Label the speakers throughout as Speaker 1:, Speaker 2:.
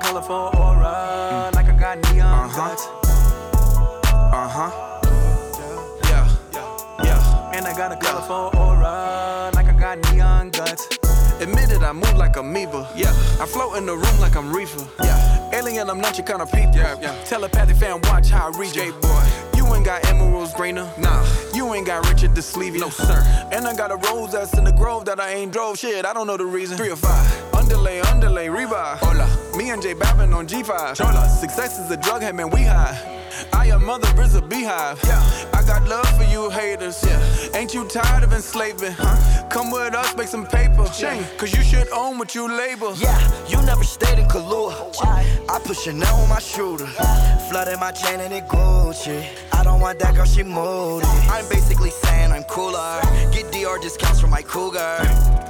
Speaker 1: colorful aura, like I got neon
Speaker 2: Uh-huh.
Speaker 1: guts.
Speaker 2: Uh huh. Yeah. Uh-huh. Yeah. Yeah.
Speaker 1: And I got a colorful aura, like I got neon guts.
Speaker 2: Admitted I move like amoeba.
Speaker 1: Yeah.
Speaker 2: I float in the room like I'm reefer.
Speaker 1: Yeah.
Speaker 2: Alien, I'm not your kind of people.
Speaker 1: Yeah, yeah.
Speaker 2: Telepathic fan, watch how I read ya.
Speaker 1: Skateboard.
Speaker 2: You ain't got emeralds greener.
Speaker 1: Nah.
Speaker 2: You ain't got Richard the sleeve.
Speaker 1: No, sir.
Speaker 2: And I got a rose that's in the grove that I ain't drove. Shit, I don't know the reason.
Speaker 1: Three or five.
Speaker 2: Underlay, underlay, rebuy.
Speaker 1: Hola.
Speaker 2: Me and Jay Babin on G5.
Speaker 1: Chola.
Speaker 2: Success is a drug, hey man, we high. I your mother is a beehive.
Speaker 1: Yeah.
Speaker 2: I got love for you haters.
Speaker 1: Yeah.
Speaker 2: Ain't you tired of enslaving? Huh? Come with us, make some paper.
Speaker 1: Yeah.
Speaker 2: Cause you should own what you label.
Speaker 3: Yeah, you never stayed in Kahlua. I put Chanel on my shooter. Flooded my chain and it Gucci. I don't want that girl, she moody. I'm basically saying I'm cooler. Get DR discounts from my cougar.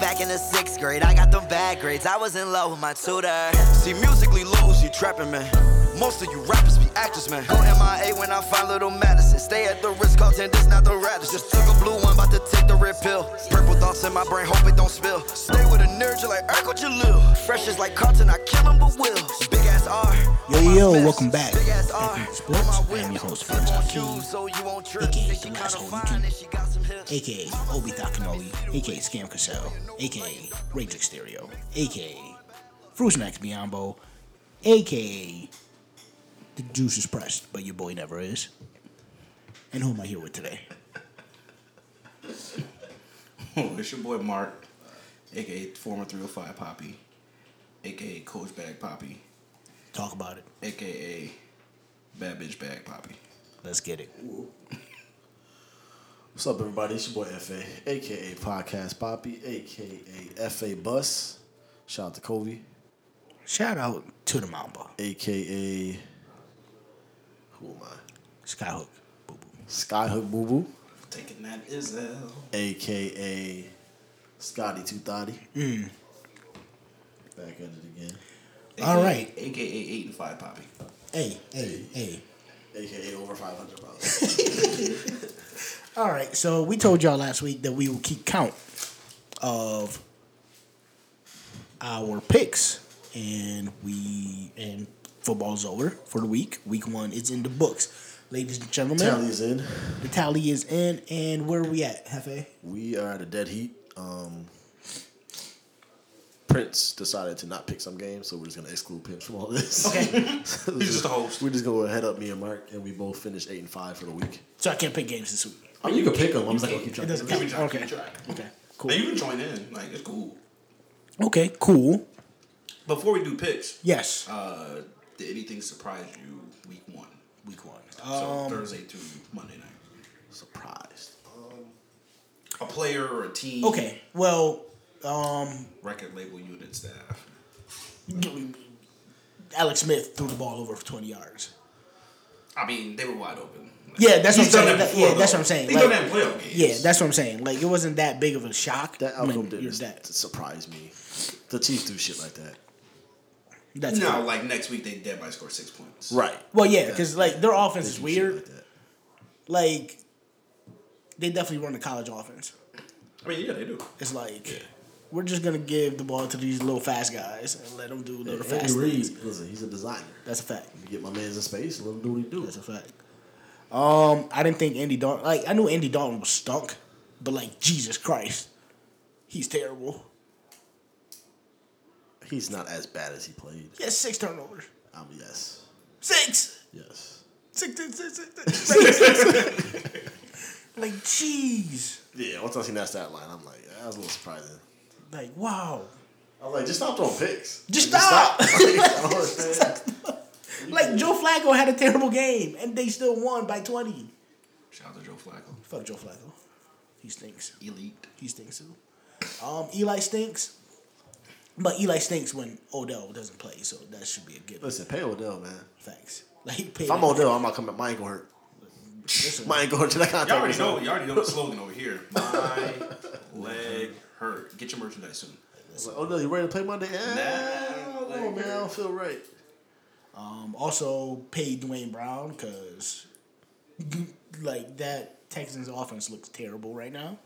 Speaker 3: Back in the sixth grade, I got them bad grades. I was in love with my tutor.
Speaker 4: See, musically lows, you trapping, man. Most of you rappers be actors, man.
Speaker 3: Go MIA when I find little Madison. Stay at the Ritz Carlton, this not the Radisson.
Speaker 4: Just took a blue one, about to take the red pill. Purple thoughts in my brain, hope it don't spill. Stay with a nerd, you like Urkel Jalil.
Speaker 3: Fresh is like Carlton, I kill him but will. Big ass R.
Speaker 5: Yo,
Speaker 3: on my
Speaker 5: yo,
Speaker 3: lips.
Speaker 5: welcome back.
Speaker 3: Big ass
Speaker 5: Back
Speaker 3: R.
Speaker 5: in the sports.
Speaker 3: on my
Speaker 5: I am your
Speaker 3: whip.
Speaker 5: host,
Speaker 3: Slip
Speaker 5: Franz
Speaker 3: on
Speaker 5: Joaquin,
Speaker 3: shoes so you won't trip.
Speaker 5: aka
Speaker 3: Say
Speaker 5: The
Speaker 3: she
Speaker 5: Last
Speaker 3: kinda
Speaker 5: Holy
Speaker 3: fine
Speaker 5: King.
Speaker 3: and she got some hips.
Speaker 5: aka Obi Thakanoli, aka Scam Cassell, aka Rage Stereo, aka Fruits Max Biombo, aka The Juice is Pressed, but your boy never is. And who am I here with today?
Speaker 6: it's your boy Mark, aka former 305 Poppy, aka Coach Bag Poppy,
Speaker 5: Talk about it.
Speaker 6: aka Bad Bitch Bag Poppy.
Speaker 5: Let's get it.
Speaker 7: What's up, everybody? It's your boy FA, aka Podcast Poppy, aka FA Bus. Shout out to Kobe,
Speaker 5: Shout out to the Mamba,
Speaker 7: aka who am I?
Speaker 5: Skyhook. Boo boo.
Speaker 7: Skyhook Boo Boo,
Speaker 6: Taking that is L.
Speaker 7: aka Scotty Two Thotty.
Speaker 6: Mm.
Speaker 7: Back at it again,
Speaker 5: All right.
Speaker 6: AKA 8 and 5 Poppy.
Speaker 5: Hey, hey, hey.
Speaker 7: aka over five hundred probably.
Speaker 5: All right, so we told y'all last week that we will keep count of our picks, and we and football's over for the week. Week one is in the books, ladies and gentlemen.
Speaker 7: Tally is in.
Speaker 5: The tally is in, and where are we at, Hefe?
Speaker 7: We are at a dead heat. Um, Prince decided to not pick some games, so we're just gonna exclude Prince from all this.
Speaker 5: Okay.
Speaker 7: So
Speaker 6: He's just a host.
Speaker 7: We're just gonna head up me and Mark, and we both finish eight and five for the week.
Speaker 5: So I can't pick games this week.
Speaker 7: I mean, you can pick them. I'm just not gonna keep track.
Speaker 5: It doesn't
Speaker 7: of them.
Speaker 5: count.
Speaker 6: Keep track,
Speaker 5: Okay.
Speaker 6: keep track.
Speaker 5: Okay.
Speaker 6: Now you
Speaker 5: Cool.
Speaker 6: can join in. Like, it's cool.
Speaker 5: Okay. Cool.
Speaker 6: Before we do picks,
Speaker 5: Yes.
Speaker 6: uh, did anything surprise you week one?
Speaker 5: Week one.
Speaker 6: So
Speaker 5: Um,
Speaker 6: Thursday through Monday night.
Speaker 7: Surprised.
Speaker 6: A player or a team,
Speaker 5: okay. Well, um,
Speaker 6: record label unit staff.
Speaker 5: Alex Smith threw the ball over for twenty yards.
Speaker 6: I mean, they were wide open. Like,
Speaker 5: Yeah, that's what
Speaker 6: he's
Speaker 5: I'm
Speaker 6: done that
Speaker 5: saying. That- yeah,
Speaker 6: before,
Speaker 5: that's
Speaker 6: though.
Speaker 5: what I'm saying.
Speaker 6: He's
Speaker 5: Like-
Speaker 6: done that in playoff games.
Speaker 5: Yeah, that's what I'm saying. Like it wasn't that big of a shock.
Speaker 7: That
Speaker 5: I mean,
Speaker 7: outcome didn't
Speaker 5: you're that-
Speaker 7: surprise me. The Chiefs do shit like that.
Speaker 5: That's
Speaker 6: no,
Speaker 5: it.
Speaker 6: like next week they dead might score six points.
Speaker 7: Right.
Speaker 5: Well, yeah, because like their offense is
Speaker 7: do shit
Speaker 5: weird.
Speaker 7: like that.
Speaker 5: Like they definitely run the college offense.
Speaker 6: I mean, yeah, they do.
Speaker 5: It's like we're just gonna give the ball to these little fast guys and let them do little fast
Speaker 7: Andy
Speaker 5: things.
Speaker 7: Reid, listen, he's a designer.
Speaker 5: That's a fact.
Speaker 7: You get my man's in space, let him do what he do.
Speaker 5: That's a fact. Um, I didn't think Andy Dalton. Like I knew Andy Dalton was stunk, but like Jesus Christ, he's terrible.
Speaker 7: He's not as bad as he played.
Speaker 5: He has six turnovers.
Speaker 7: Um, yes.
Speaker 5: Six.
Speaker 7: Yes.
Speaker 5: Six, six, six, six, six, six. like jeez.
Speaker 7: Yeah, once I seen that stat line, I'm like, that was a little surprising.
Speaker 5: Like wow.
Speaker 7: I was like, just stop throwing picks.
Speaker 5: Just
Speaker 7: Like,
Speaker 5: stop.
Speaker 7: Like, I don't understand.
Speaker 5: Like Joe Flacco had a terrible game and they still won by twenty.
Speaker 6: Shout out to Joe Flacco,
Speaker 5: Fuck Joe Flacco. He stinks.
Speaker 6: elite.
Speaker 5: He stinks too. Um, Eli stinks. But Eli stinks when Odell doesn't play, so that should be a given.
Speaker 7: Listen, pay Odell, man.
Speaker 5: Facts. Like pay
Speaker 7: If I'm Odell, I'm not coming. My ankle hurt.
Speaker 5: listen,
Speaker 7: My ankle hurt to that contract.
Speaker 6: Y'all already know. You already know the slogan over here. My leg hurt. Get your merchandise soon.
Speaker 7: It's like, Odell, you ready to play Monday? Yeah.
Speaker 6: Nah,
Speaker 7: Nah,
Speaker 6: like,
Speaker 7: man, I don't feel right.
Speaker 5: um, also pay Dwayne Brown because like that Texans offense looks terrible right now.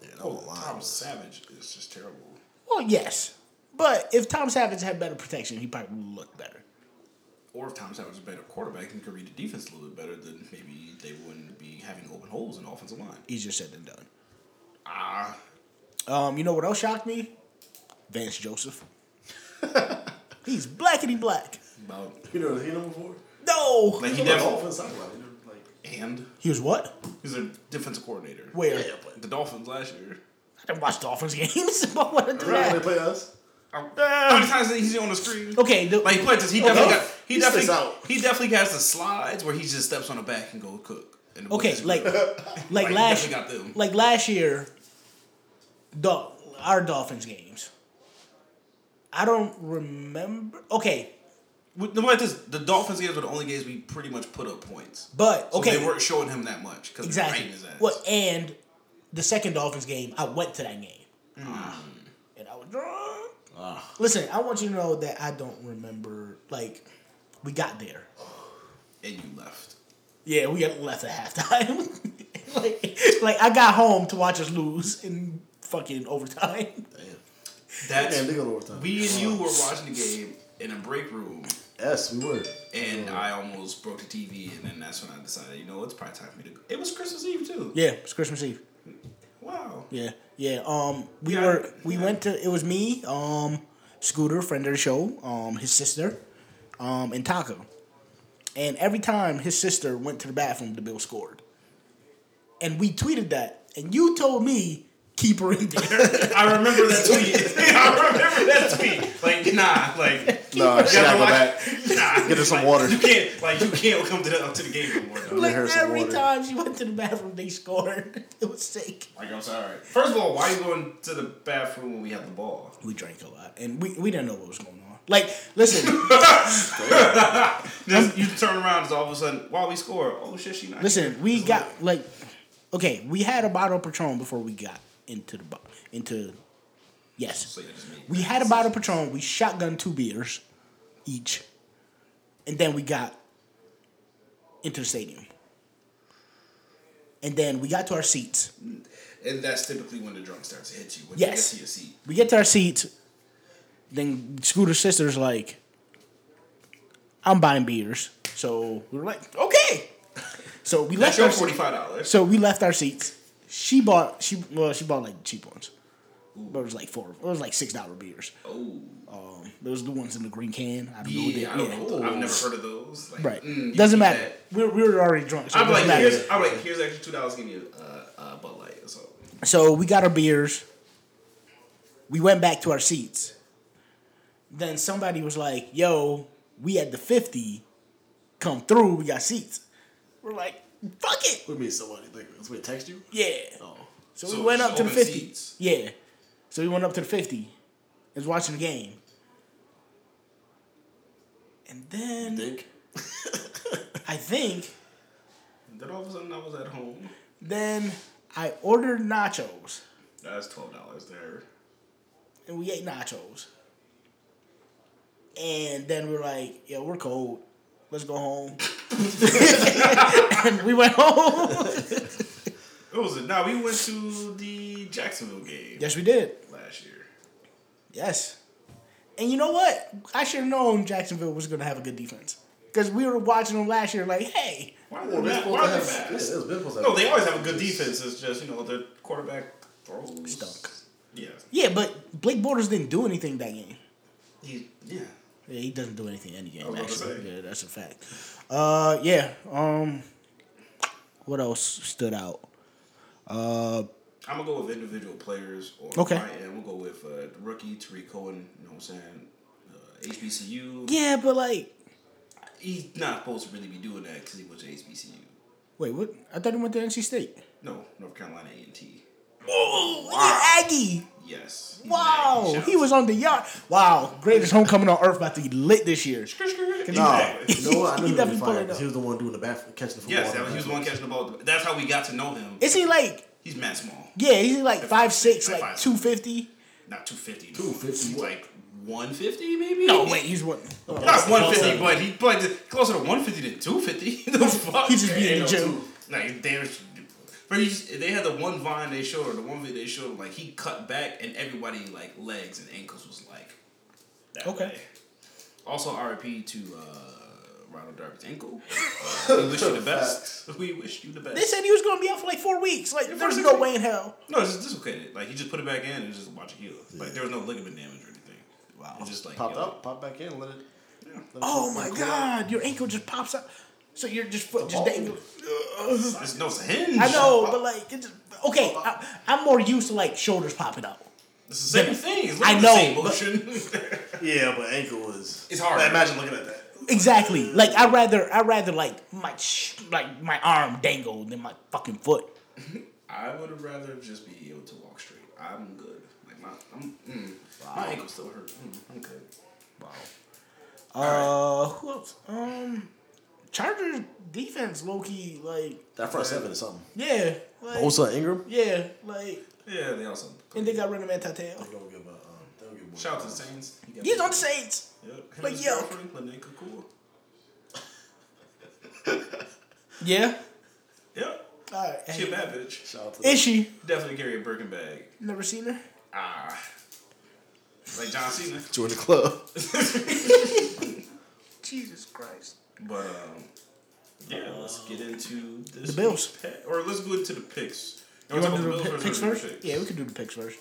Speaker 7: Yeah,
Speaker 6: Oh, Tom Savage is just terrible.
Speaker 5: Well, yes. But if Tom Savage had better protection, he probably would look better.
Speaker 6: Or if Tom Savage was a better quarterback and could read the defense a little bit better, then maybe they wouldn't be having open holes in the offensive line.
Speaker 5: Easier said than done.
Speaker 6: Ah,
Speaker 5: Um, you know what else shocked me? Vance Joseph. He's blackity black.
Speaker 6: about
Speaker 7: You know, he number four.
Speaker 5: No.
Speaker 6: like he
Speaker 7: He never
Speaker 6: never
Speaker 7: offense. I'm like, you know, like
Speaker 6: and
Speaker 5: He was what?
Speaker 6: he's a defensive coordinator.
Speaker 5: Where?
Speaker 6: the Dolphins last year.
Speaker 5: I didn't watch Dolphins games. But what did
Speaker 7: right when
Speaker 5: that?
Speaker 7: they play us.
Speaker 6: How many times he's on the screen?
Speaker 5: Okay. The,
Speaker 6: Like he plays this,
Speaker 5: Oh,
Speaker 6: he definitely got, he,
Speaker 7: He
Speaker 6: definitely
Speaker 7: sticks out.
Speaker 6: he definitely has the slides where he just steps on the back and go cook. And the
Speaker 5: okay.
Speaker 6: boys-
Speaker 5: Like, like,
Speaker 6: he
Speaker 5: last,
Speaker 6: definitely got them.
Speaker 5: like last year, Dol- our Dolphins games. I don't remember. Okay,
Speaker 6: With- the way it is, the Dolphins games were the only games we pretty much put up points.
Speaker 5: but
Speaker 6: So
Speaker 5: okay.
Speaker 6: they weren't showing him that much because
Speaker 5: Exactly.
Speaker 6: they're his ass.
Speaker 5: Well, and the second Dolphins game, I went to that game,
Speaker 6: Mm.
Speaker 5: and I was drunk. Listen, I want you to know that I don't remember. Like, we got there.
Speaker 6: And you left.
Speaker 5: Yeah, we got left at halftime. like, like I got home to watch us lose in fucking overtime.
Speaker 6: That's
Speaker 7: Damn, they go to overtime.
Speaker 6: we and you were watching the game in a break room,
Speaker 7: Yes, we would.
Speaker 6: and I almost broke the TV, and then that's when I decided, you know, it's probably time for me to. go. It was Christmas Eve too.
Speaker 5: Yeah, it's Christmas Eve.
Speaker 6: Wow.
Speaker 5: Yeah, yeah. Um, we
Speaker 6: Yeah.
Speaker 5: were we went to it was me, um, Scooter, friend of the show, um, his sister, um, and Taco. And every time his sister went to the bathroom, the bill scored. And we tweeted that, and you told me keep her in there.
Speaker 6: I remember that tweet. I remember that tweet. Like nah, like
Speaker 7: No, she gotta go
Speaker 6: like,
Speaker 7: back.
Speaker 6: Nah,
Speaker 7: Get her some
Speaker 6: like,
Speaker 7: water.
Speaker 6: You can't like you can't come to the, to the game no more. Though.
Speaker 5: like
Speaker 7: her some
Speaker 5: every
Speaker 7: water.
Speaker 5: time she went to the bathroom, they scored. It was sick.
Speaker 6: Like I'm sorry. First of all, why are you going to the bathroom when we have the ball?
Speaker 5: We drank a lot, and we we didn't know what was going on. Like, listen.
Speaker 6: Just, you turn around, it's all of a sudden while we score. Oh shit, she not.
Speaker 5: Listen,
Speaker 6: here.
Speaker 5: we
Speaker 6: It's
Speaker 5: got like, okay, we had a bottle of Patron before we got into the bo- into. Yes,
Speaker 6: So yeah, just me.
Speaker 5: we had a bottle of Patron. We shotgunned two beers, each, and then we got into the stadium. And then we got to our seats.
Speaker 6: and that's typically when the drunk starts to hit you. When
Speaker 5: Yes.
Speaker 6: you get to your seat.
Speaker 5: We get to our seats. Then Scooter's sister's like, "I'm buying beers," so we were like, "Okay." So we
Speaker 6: That's
Speaker 5: left
Speaker 6: your
Speaker 5: our
Speaker 6: forty five dollars.
Speaker 5: So we left our seats. She bought she well she bought like cheap ones. But it was like four. It was like six dollar beers.
Speaker 6: Oh
Speaker 5: Um, those the ones in the green can. I don't know what they.
Speaker 6: yeah, I don't
Speaker 5: yeah.
Speaker 6: know. I've never heard of those. Like,
Speaker 5: Right.
Speaker 6: mm, you
Speaker 5: doesn't
Speaker 6: keep
Speaker 5: matter.
Speaker 6: that.
Speaker 5: We're, we were already drunk. So it
Speaker 6: I'm like,
Speaker 5: doesn't matter.
Speaker 6: here's, I'm like, here's extra two dollars. Give you a uh, Bud Light or something.
Speaker 5: So we got our beers. We went back to our seats. Then somebody was like, "Yo, we at the fifty. Come through. We got seats." We're like, "Fuck it."
Speaker 7: We mean somebody. Like, we text you.
Speaker 5: Yeah.
Speaker 7: Oh,
Speaker 5: So,
Speaker 6: So
Speaker 5: we went
Speaker 6: just
Speaker 5: up to the
Speaker 6: open
Speaker 5: 50.
Speaker 6: seats.
Speaker 5: Yeah. So we went up to the 50. Is watching the game. And then
Speaker 7: think.
Speaker 5: I think
Speaker 6: Then all of a sudden I was at home.
Speaker 5: then I ordered nachos
Speaker 6: That's twelve dollars there.
Speaker 5: and we ate nachos. And then we were like, yo, we're cold. Let's go home. and we went home.
Speaker 6: It was now we went to the Jacksonville game
Speaker 5: Yes, we did.
Speaker 6: last year.
Speaker 5: Yes. And you know what? I should have known Jacksonville was going to have a good defense. Because we were watching them last year, like, hey,
Speaker 6: Why
Speaker 7: Well,
Speaker 6: were
Speaker 7: they're
Speaker 6: they bad?
Speaker 7: supposed
Speaker 6: Why
Speaker 7: to
Speaker 6: are they
Speaker 7: have- yeah,
Speaker 6: bad?
Speaker 7: it's been supposed to
Speaker 6: No, they always have a good defense. It's just you know their quarterback throws.
Speaker 5: Stunk.
Speaker 6: Yeah.
Speaker 5: Yeah, but Blake Borders didn't do anything that game.
Speaker 6: He, yeah.
Speaker 5: Yeah, he doesn't do anything any game.
Speaker 6: was about to
Speaker 5: Actually,
Speaker 6: say.
Speaker 5: yeah, that's a fact. Uh, yeah. Um, what else stood out?
Speaker 6: I'm gonna go with individual players. Or
Speaker 5: Okay.
Speaker 6: I am gonna go with uh, rookie Tariq Cohen. You know what I'm saying? Uh, HBCU.
Speaker 5: Yeah, but like,
Speaker 6: He's not supposed to really be doing that because he went to HBCU.
Speaker 5: wait, what? I thought he went to NC State.
Speaker 6: No, North Carolina A&T.
Speaker 5: Oh, Aggie!
Speaker 6: Yes. He's an Aggie.
Speaker 5: Wow,
Speaker 6: Shout
Speaker 5: he
Speaker 6: out
Speaker 5: was on the yard. Wow, greatest homecoming on earth about to be lit this year.
Speaker 7: No,
Speaker 6: Exactly.
Speaker 7: you know what? I knew
Speaker 5: He definitely
Speaker 7: he, was
Speaker 5: pulled it
Speaker 7: fired. 'cause
Speaker 5: up.
Speaker 7: He was the one doing the bathroom, catching the football.
Speaker 6: Yes, that was, he was the one catching the ball. That's how we got to know him.
Speaker 5: Is he like?
Speaker 6: He's mad small.
Speaker 5: Yeah, he's like five six, like
Speaker 6: 5'5".
Speaker 5: two fifty.
Speaker 6: Not 250.
Speaker 7: 250.
Speaker 6: He's like 150 maybe?
Speaker 5: No, Oh, wait, he's what?
Speaker 6: Not 150, but he played the- closer to 150 than 250. the fuck?
Speaker 5: He just be in the
Speaker 6: Ain't no
Speaker 5: gym.
Speaker 6: two. Like, they're. But he's, they had the one vine they showed, or the one video they showed, like, he cut back, and everybody, like, legs and ankles was like,
Speaker 8: That
Speaker 5: Okay.
Speaker 8: way.
Speaker 6: Also, RIP to uh, Ronald Darby's ankle. Uh, we wish you the best. We wish you the best.
Speaker 5: They said he was gonna be out for like four weeks. Like there's no way in hell.
Speaker 6: no, it's just dislocated. Like he just put it back in and just watch it heal. Like there was no ligament damage or anything. Wow. It's just like
Speaker 7: Pop
Speaker 6: yo,
Speaker 7: up, pop back in, let it. let it
Speaker 5: Oh
Speaker 7: cool-
Speaker 5: my
Speaker 7: cool down.
Speaker 5: god, your ankle just pops out. So you're just foot just
Speaker 7: ball.
Speaker 5: dangling.
Speaker 6: It's no it's a hinge.
Speaker 5: I know, but like it just okay. I, I'm more used to like shoulders popping out.
Speaker 6: It's the same thing. It's
Speaker 5: I
Speaker 6: literally The
Speaker 5: know, but-
Speaker 6: same motion.
Speaker 7: Yeah, but ankle is.
Speaker 6: It's hard.
Speaker 7: Imagine looking at that.
Speaker 5: Exactly. Like I rather I rather like my sh- like my arm dangle than my fucking foot.
Speaker 6: I would have rather just be able to walk straight. I'm good. Like my, I'm, mm, my ankle still hurt. Mm, I'm good. Wow.
Speaker 5: Uh, who else? Um, Chargers defense, low key, like
Speaker 7: That front seven is something.
Speaker 5: yeah, like,
Speaker 7: Osa Ingram.
Speaker 5: yeah, like,
Speaker 6: Yeah, they also.
Speaker 5: and they got rid of Matt Tateo.
Speaker 7: Don't give a. Um, don't give a-
Speaker 6: Shout out to the Saints. He got
Speaker 5: He's on the Saints.
Speaker 6: Yeah, him and
Speaker 5: Like,
Speaker 6: his
Speaker 5: yo.
Speaker 6: girlfriend, Linnea Kakua.
Speaker 5: Yeah.
Speaker 6: Yeah,
Speaker 5: All right.
Speaker 6: she a
Speaker 5: Hey.
Speaker 6: bad bitch.
Speaker 7: Shout out to
Speaker 5: Is she?
Speaker 6: Definitely carry a Birkin bag.
Speaker 5: Never seen her.
Speaker 6: Ah, like John Cena.
Speaker 7: join the club.
Speaker 5: Jesus Christ.
Speaker 6: But um, yeah, let's get into this
Speaker 5: The Bills.
Speaker 6: week's pick- or let's go into the picks. You
Speaker 5: You
Speaker 6: want
Speaker 5: want
Speaker 6: to
Speaker 5: to
Speaker 6: talk about the
Speaker 5: do the
Speaker 6: Bills
Speaker 5: pi- picks
Speaker 6: first? or
Speaker 5: first?
Speaker 6: the picks?
Speaker 5: Yeah, we could do the picks first.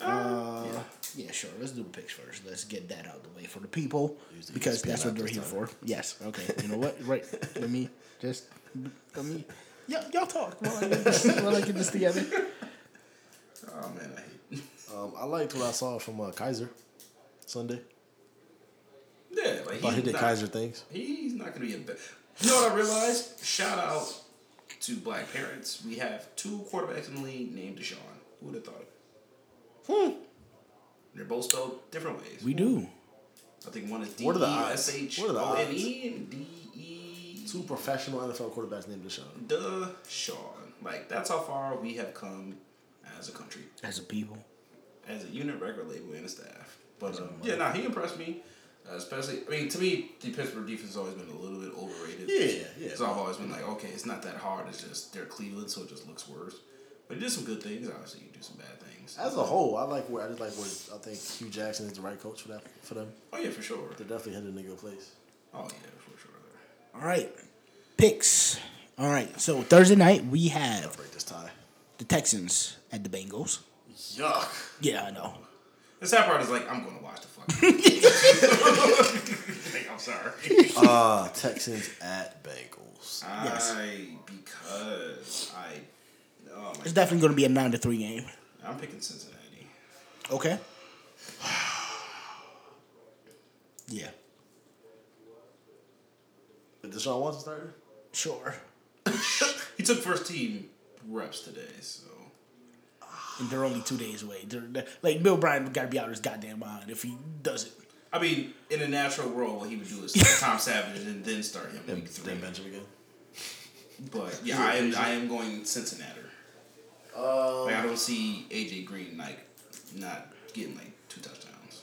Speaker 5: Uh,
Speaker 6: Ah, yeah.
Speaker 5: Yeah, sure. Let's do the picks first. Let's get that out of the way for the people because that's what they're here for. Yes. Okay. You know what? Right. Let me just let me. Y- y'all talk while I, get this, while I get this together.
Speaker 6: Oh man, I hate.
Speaker 7: Um, I liked what I saw from uh, Kaiser Sunday.
Speaker 6: Yeah, like
Speaker 7: About he
Speaker 6: he's
Speaker 7: did
Speaker 6: not-
Speaker 7: Kaiser things.
Speaker 6: He's not gonna be a bad. You know what I realized? Shout out to black parents. We have two quarterbacks in the league named Deshaun. Who would have thought of it?
Speaker 7: Hmm.
Speaker 6: They're both spelled different ways.
Speaker 5: We do.
Speaker 6: I think one is D E
Speaker 7: What are the odds?
Speaker 6: S H
Speaker 7: What are the
Speaker 6: O N
Speaker 7: odds?
Speaker 6: E and D E
Speaker 7: Two professional NFL quarterbacks named Deshaun.
Speaker 6: Deshaun. Like that's how far we have come as a country,
Speaker 5: As a people.
Speaker 6: as a unit, record label, and a staff. But um, yeah, nah, he impressed me. Uh, especially, I mean, to me, the Pittsburgh defense has always been a little bit overrated.
Speaker 7: Yeah, yeah.
Speaker 6: So I've always been like, okay, it's not that hard. It's just they're Cleveland, so it just looks worse. But he did some good things. Obviously, you do some bad things.
Speaker 7: As a whole, I like where I just like where I think Hugh Jackson is the right coach for that for them.
Speaker 6: Oh yeah, for sure.
Speaker 7: They're definitely headed in a good place.
Speaker 6: Oh yeah, for sure.
Speaker 5: All right. Picks. All right. So Thursday night we have
Speaker 7: Break this tie.
Speaker 5: the Texans at the Bengals.
Speaker 7: Yuck.
Speaker 5: Yeah, I know.
Speaker 6: The sad part is like I'm going to watch the fucking. like, I'm sorry.
Speaker 7: Uh Texans at Bengals.
Speaker 5: Yes.
Speaker 6: I because I. Oh my.
Speaker 5: It's definitely going to be a nine to three game.
Speaker 6: I'm picking Cincinnati.
Speaker 5: Okay. Yeah.
Speaker 7: Is Deshaun Watson starter?
Speaker 5: Sure.
Speaker 6: He took first team reps today, so
Speaker 5: And they're only two days away. They're, they're- like Bill Bryan got to be out of his goddamn mind if he does it.
Speaker 6: I mean, in a natural world, what he would do is start Tom Savage and then start him week three.
Speaker 7: Then bench him again.
Speaker 6: But yeah, I am I am going Cincinnati. like, I don't see AJ Green like not getting like two touchdowns.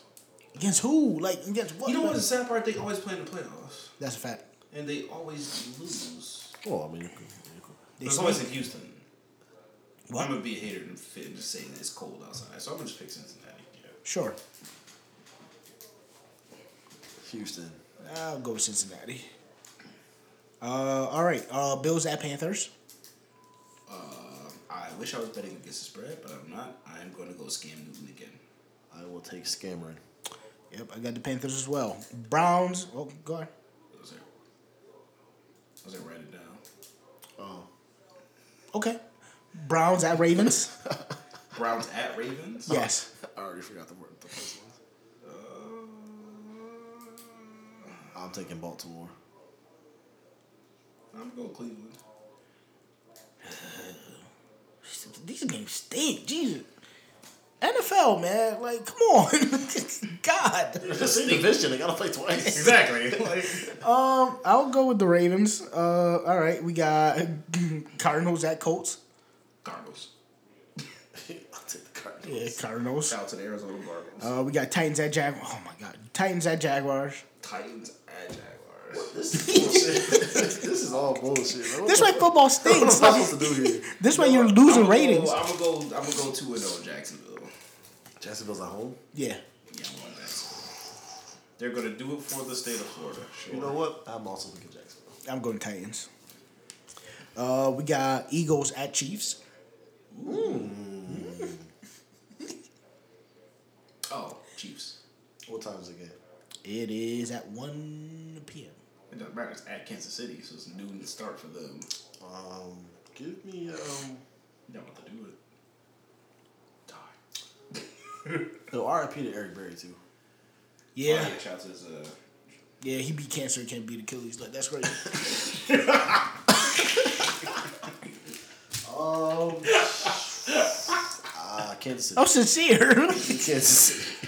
Speaker 5: Against who? Like against what?
Speaker 6: You know what's the sad part? They always play in the playoffs,
Speaker 5: That's a fact.
Speaker 6: and they always lose.
Speaker 7: Well, Oh, I mean, you could- you could-
Speaker 5: They
Speaker 6: It's
Speaker 5: sneak.
Speaker 6: always in Houston.
Speaker 5: What?
Speaker 6: I'm gonna be a hater and fit and just say that it's cold outside, so I'm gonna just pick Cincinnati. Yeah.
Speaker 5: Sure.
Speaker 7: Houston.
Speaker 5: I'll go with Cincinnati. Uh, all right. Uh, Bills at Panthers.
Speaker 6: Um, I wish I was betting against the spread, but I'm not. I am going to go Scam Newton again.
Speaker 7: I will take Scammering.
Speaker 5: Yep, I got the Panthers as well. Browns. Oh, go ahead.
Speaker 6: Was there? Was there write it down?
Speaker 7: Oh.
Speaker 5: Okay. Browns at Ravens.
Speaker 6: Browns at Ravens.
Speaker 5: yes.
Speaker 7: I already forgot the word the first one. Uh, I'm taking Baltimore.
Speaker 6: I'm going Cleveland.
Speaker 5: These games stink. Jesus. NFL, man. Like, come on. God.
Speaker 7: It's the division. They gotta play twice.
Speaker 6: Exactly. like,
Speaker 5: Um, I'll go with the Ravens. Uh, all right, we got Cardinals at Colts.
Speaker 6: Cardinals.
Speaker 7: I'll take the Cardinals.
Speaker 5: Yeah, Cardinals.
Speaker 6: Shout out to the Arizona Cardinals.
Speaker 5: Uh, we got Titans at Jaguars. Oh my God, Titans at Jaguars.
Speaker 6: Titans at Jaguars.
Speaker 7: This is bullshit. this is all bullshit. Man. What
Speaker 5: This
Speaker 7: the
Speaker 5: way football stinks.
Speaker 7: fuck am I
Speaker 5: Like,
Speaker 7: supposed to do here?
Speaker 5: this way you're losing
Speaker 6: I'm gonna
Speaker 5: ratings.
Speaker 6: Go, I'm gonna go. I'm gonna go two and zero Jacksonville.
Speaker 7: Jacksonville's at home.
Speaker 5: Yeah,
Speaker 6: Yeah, I'm going Jacksonville. They're going to do it for the state of Florida. Sure.
Speaker 7: You know what? I'm also picking Jacksonville.
Speaker 5: I'm going Titans. Uh, we got Eagles at Chiefs.
Speaker 6: Oh, Chiefs.
Speaker 7: What time is the game?
Speaker 5: It is at 1 p.m.
Speaker 6: It doesn't matter. It's at Kansas City, so it's a noon start for them.
Speaker 7: Um, give me um.
Speaker 6: You don't have to do it. Die.
Speaker 7: No, RIP to Eric Berry too.
Speaker 5: Yeah,
Speaker 6: Oh, yeah, shout out to his, uh,
Speaker 5: yeah, he beat cancer, can't beat Achilles. Like that's crazy.
Speaker 7: Ah, Kansas City.
Speaker 5: I'm sincere.
Speaker 7: Kansas City.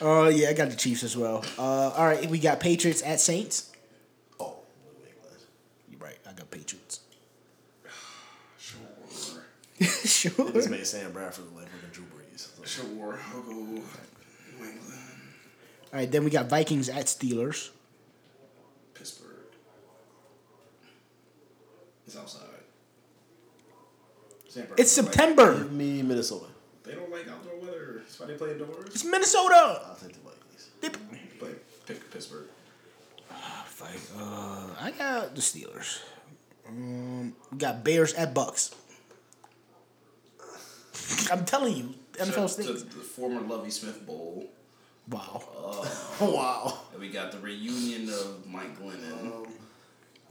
Speaker 5: uh, yeah, I got the Chiefs as well. Uh, all right, we got Patriots at Saints.
Speaker 7: Oh, New England.
Speaker 5: You're right, I got Patriots.
Speaker 6: Sure.
Speaker 5: sure.
Speaker 7: They just made Sam Bradford look like freaking Drew Brees.
Speaker 6: Sure. I'll go New England.
Speaker 5: All right, then we got Vikings at Steelers.
Speaker 6: Pittsburgh. It's outside. San Francisco,
Speaker 5: It's
Speaker 6: like,
Speaker 5: September.
Speaker 7: Give me Minnesota.
Speaker 6: They don't like outdoor weather. That's why they play indoors.
Speaker 5: It's Minnesota.
Speaker 7: I'll take the Vikings.
Speaker 5: They,
Speaker 6: But pick Pittsburgh.
Speaker 5: uh, I got the Steelers. Um, we got Bears at Bucks. I'm telling you, NFL
Speaker 6: Shout out to
Speaker 5: stinks.
Speaker 6: the former Lovey Smith Bowl.
Speaker 5: Wow.
Speaker 7: wow.
Speaker 6: And we got the reunion of Mike Glennon.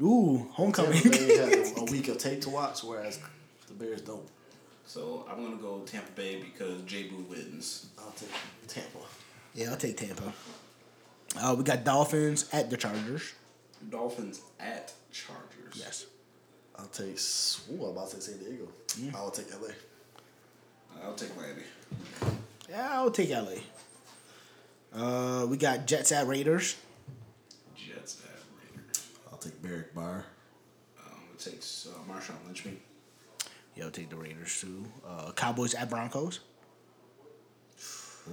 Speaker 5: Ooh,
Speaker 7: Tampa
Speaker 5: homecoming.
Speaker 7: Bay has a week of tape to watch, whereas the Bears don't.
Speaker 6: So I'm gonna go Tampa Bay because J Boo wins.
Speaker 7: I'll take Tampa.
Speaker 5: yeah, I'll take Tampa. Uh, we got Dolphins at the Chargers.
Speaker 6: Dolphins at Chargers.
Speaker 5: Yes.
Speaker 7: I'll take. s- Ooh, I'm about to say San Diego. I'll take LA.
Speaker 6: I'll take Miami.
Speaker 5: Yeah, I'll take LA. Uh, we got Jets at Raiders.
Speaker 6: Jets at Raiders.
Speaker 7: I'll take Merrick Barr.
Speaker 6: Um, it takes uh, Marshawn Lynch. Me.
Speaker 5: Yeah, I'll take the Raiders too. Uh, Cowboys at Broncos.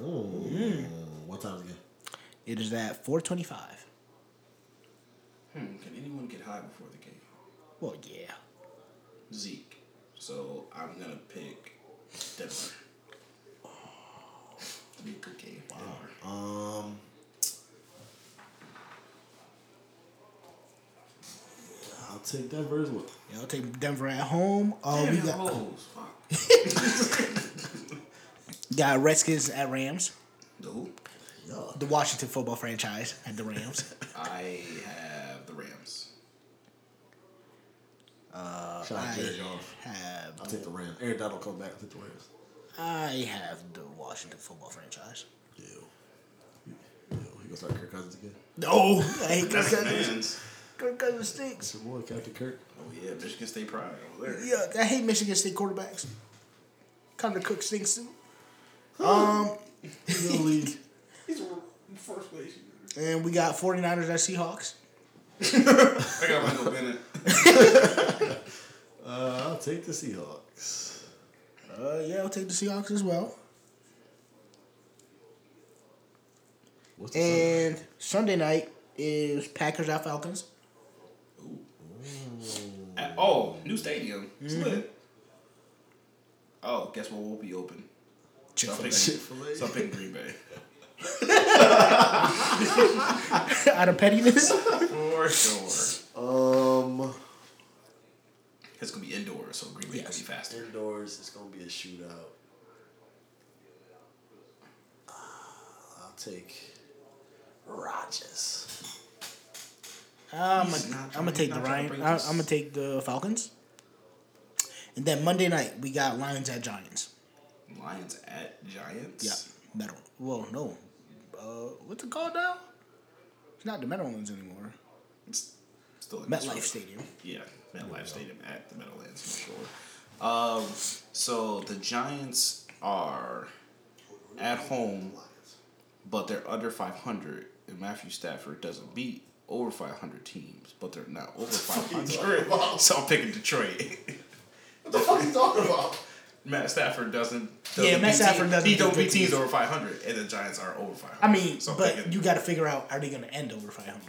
Speaker 7: Ooh. Mm. What time is the game?
Speaker 5: It is at 425.
Speaker 6: Hmm, can anyone get high before the game?
Speaker 5: Well, yeah.
Speaker 6: Zeke. So I'm gonna pick Denver. It'll be a good game. Denver.
Speaker 7: Um. I'll take Denver as well.
Speaker 5: Yeah, I'll take Denver at home. Uh,
Speaker 6: Damn,
Speaker 5: we
Speaker 6: y'all
Speaker 5: got,
Speaker 6: hoes. Fuck.
Speaker 5: got Redskins at Rams.
Speaker 6: The who?
Speaker 5: The Washington football franchise at the Rams.
Speaker 6: I have the Rams.
Speaker 7: Shout out
Speaker 5: I
Speaker 7: Jared Uh, Goff.
Speaker 5: have
Speaker 7: I'll take the Rams. Aaron Donald come back. I'll take the Rams.
Speaker 5: I have the Washington football franchise.
Speaker 7: Ew. Ew. He gonna start Kirk Cousins again?
Speaker 5: No, I hate Kirk Cousins.
Speaker 6: Fans.
Speaker 5: Kirk Cousins stinks.
Speaker 7: Some more Captain Kirk.
Speaker 6: Oh yeah, Michigan State Pride over there.
Speaker 5: Yeah, I hate Michigan State quarterbacks. Connor Cook stinks too. Um,
Speaker 7: He's gonna leave.
Speaker 6: He's first place.
Speaker 5: And we got 49ers at Seahawks.
Speaker 6: I got Michael Bennett.
Speaker 7: Uh, I'll take the Seahawks.
Speaker 5: Uh, yeah, I'll take the Seahawks as well.
Speaker 7: What's the
Speaker 5: And Sunday night is Packers at Falcons.
Speaker 6: At, oh, new stadium. It's lit. Oh, guess what won't be open? Something.
Speaker 7: Chick-fil-A.
Speaker 6: Something Green Bay.
Speaker 5: Out of pettiness.
Speaker 6: For sure.
Speaker 7: Um,
Speaker 6: It's gonna be indoors, so Green Bay's gonna be faster.
Speaker 7: indoors, it's gonna be a shootout. Uh, I'll take Rogers.
Speaker 5: I'm
Speaker 6: He's not
Speaker 5: gonna, I'm
Speaker 6: trying-
Speaker 5: gonna take
Speaker 6: he's
Speaker 5: the
Speaker 6: not trying to
Speaker 5: Ryan.
Speaker 6: bring
Speaker 5: I, I'm
Speaker 6: this-
Speaker 5: gonna take the Falcons. And then Monday night we got Lions at Giants.
Speaker 6: Lions at Giants.
Speaker 5: Yeah, metal. Well, no. Uh, what's it called now? It's not the Meadowlands anymore.
Speaker 6: It's still in
Speaker 5: MetLife
Speaker 6: Detroit.
Speaker 5: Stadium.
Speaker 6: Yeah, MetLife Stadium at the Meadowlands for sure. Um, so the Giants are at home, but they're under five hundred, and Matthew Stafford doesn't beat over five hundred teams, but they're not over five hundred. so I'm picking Detroit.
Speaker 7: What the fuck are you talking about?
Speaker 6: Matt Stafford doesn't. doesn't
Speaker 5: Yeah, Matt
Speaker 6: beat
Speaker 5: Stafford
Speaker 6: team-
Speaker 5: doesn't
Speaker 6: He don't
Speaker 5: beat good
Speaker 6: beat teams
Speaker 5: teams.
Speaker 6: over five hundred, and the Giants are over five
Speaker 5: I
Speaker 6: hundred.
Speaker 5: mean, but you got to figure out are they gonna end over 500?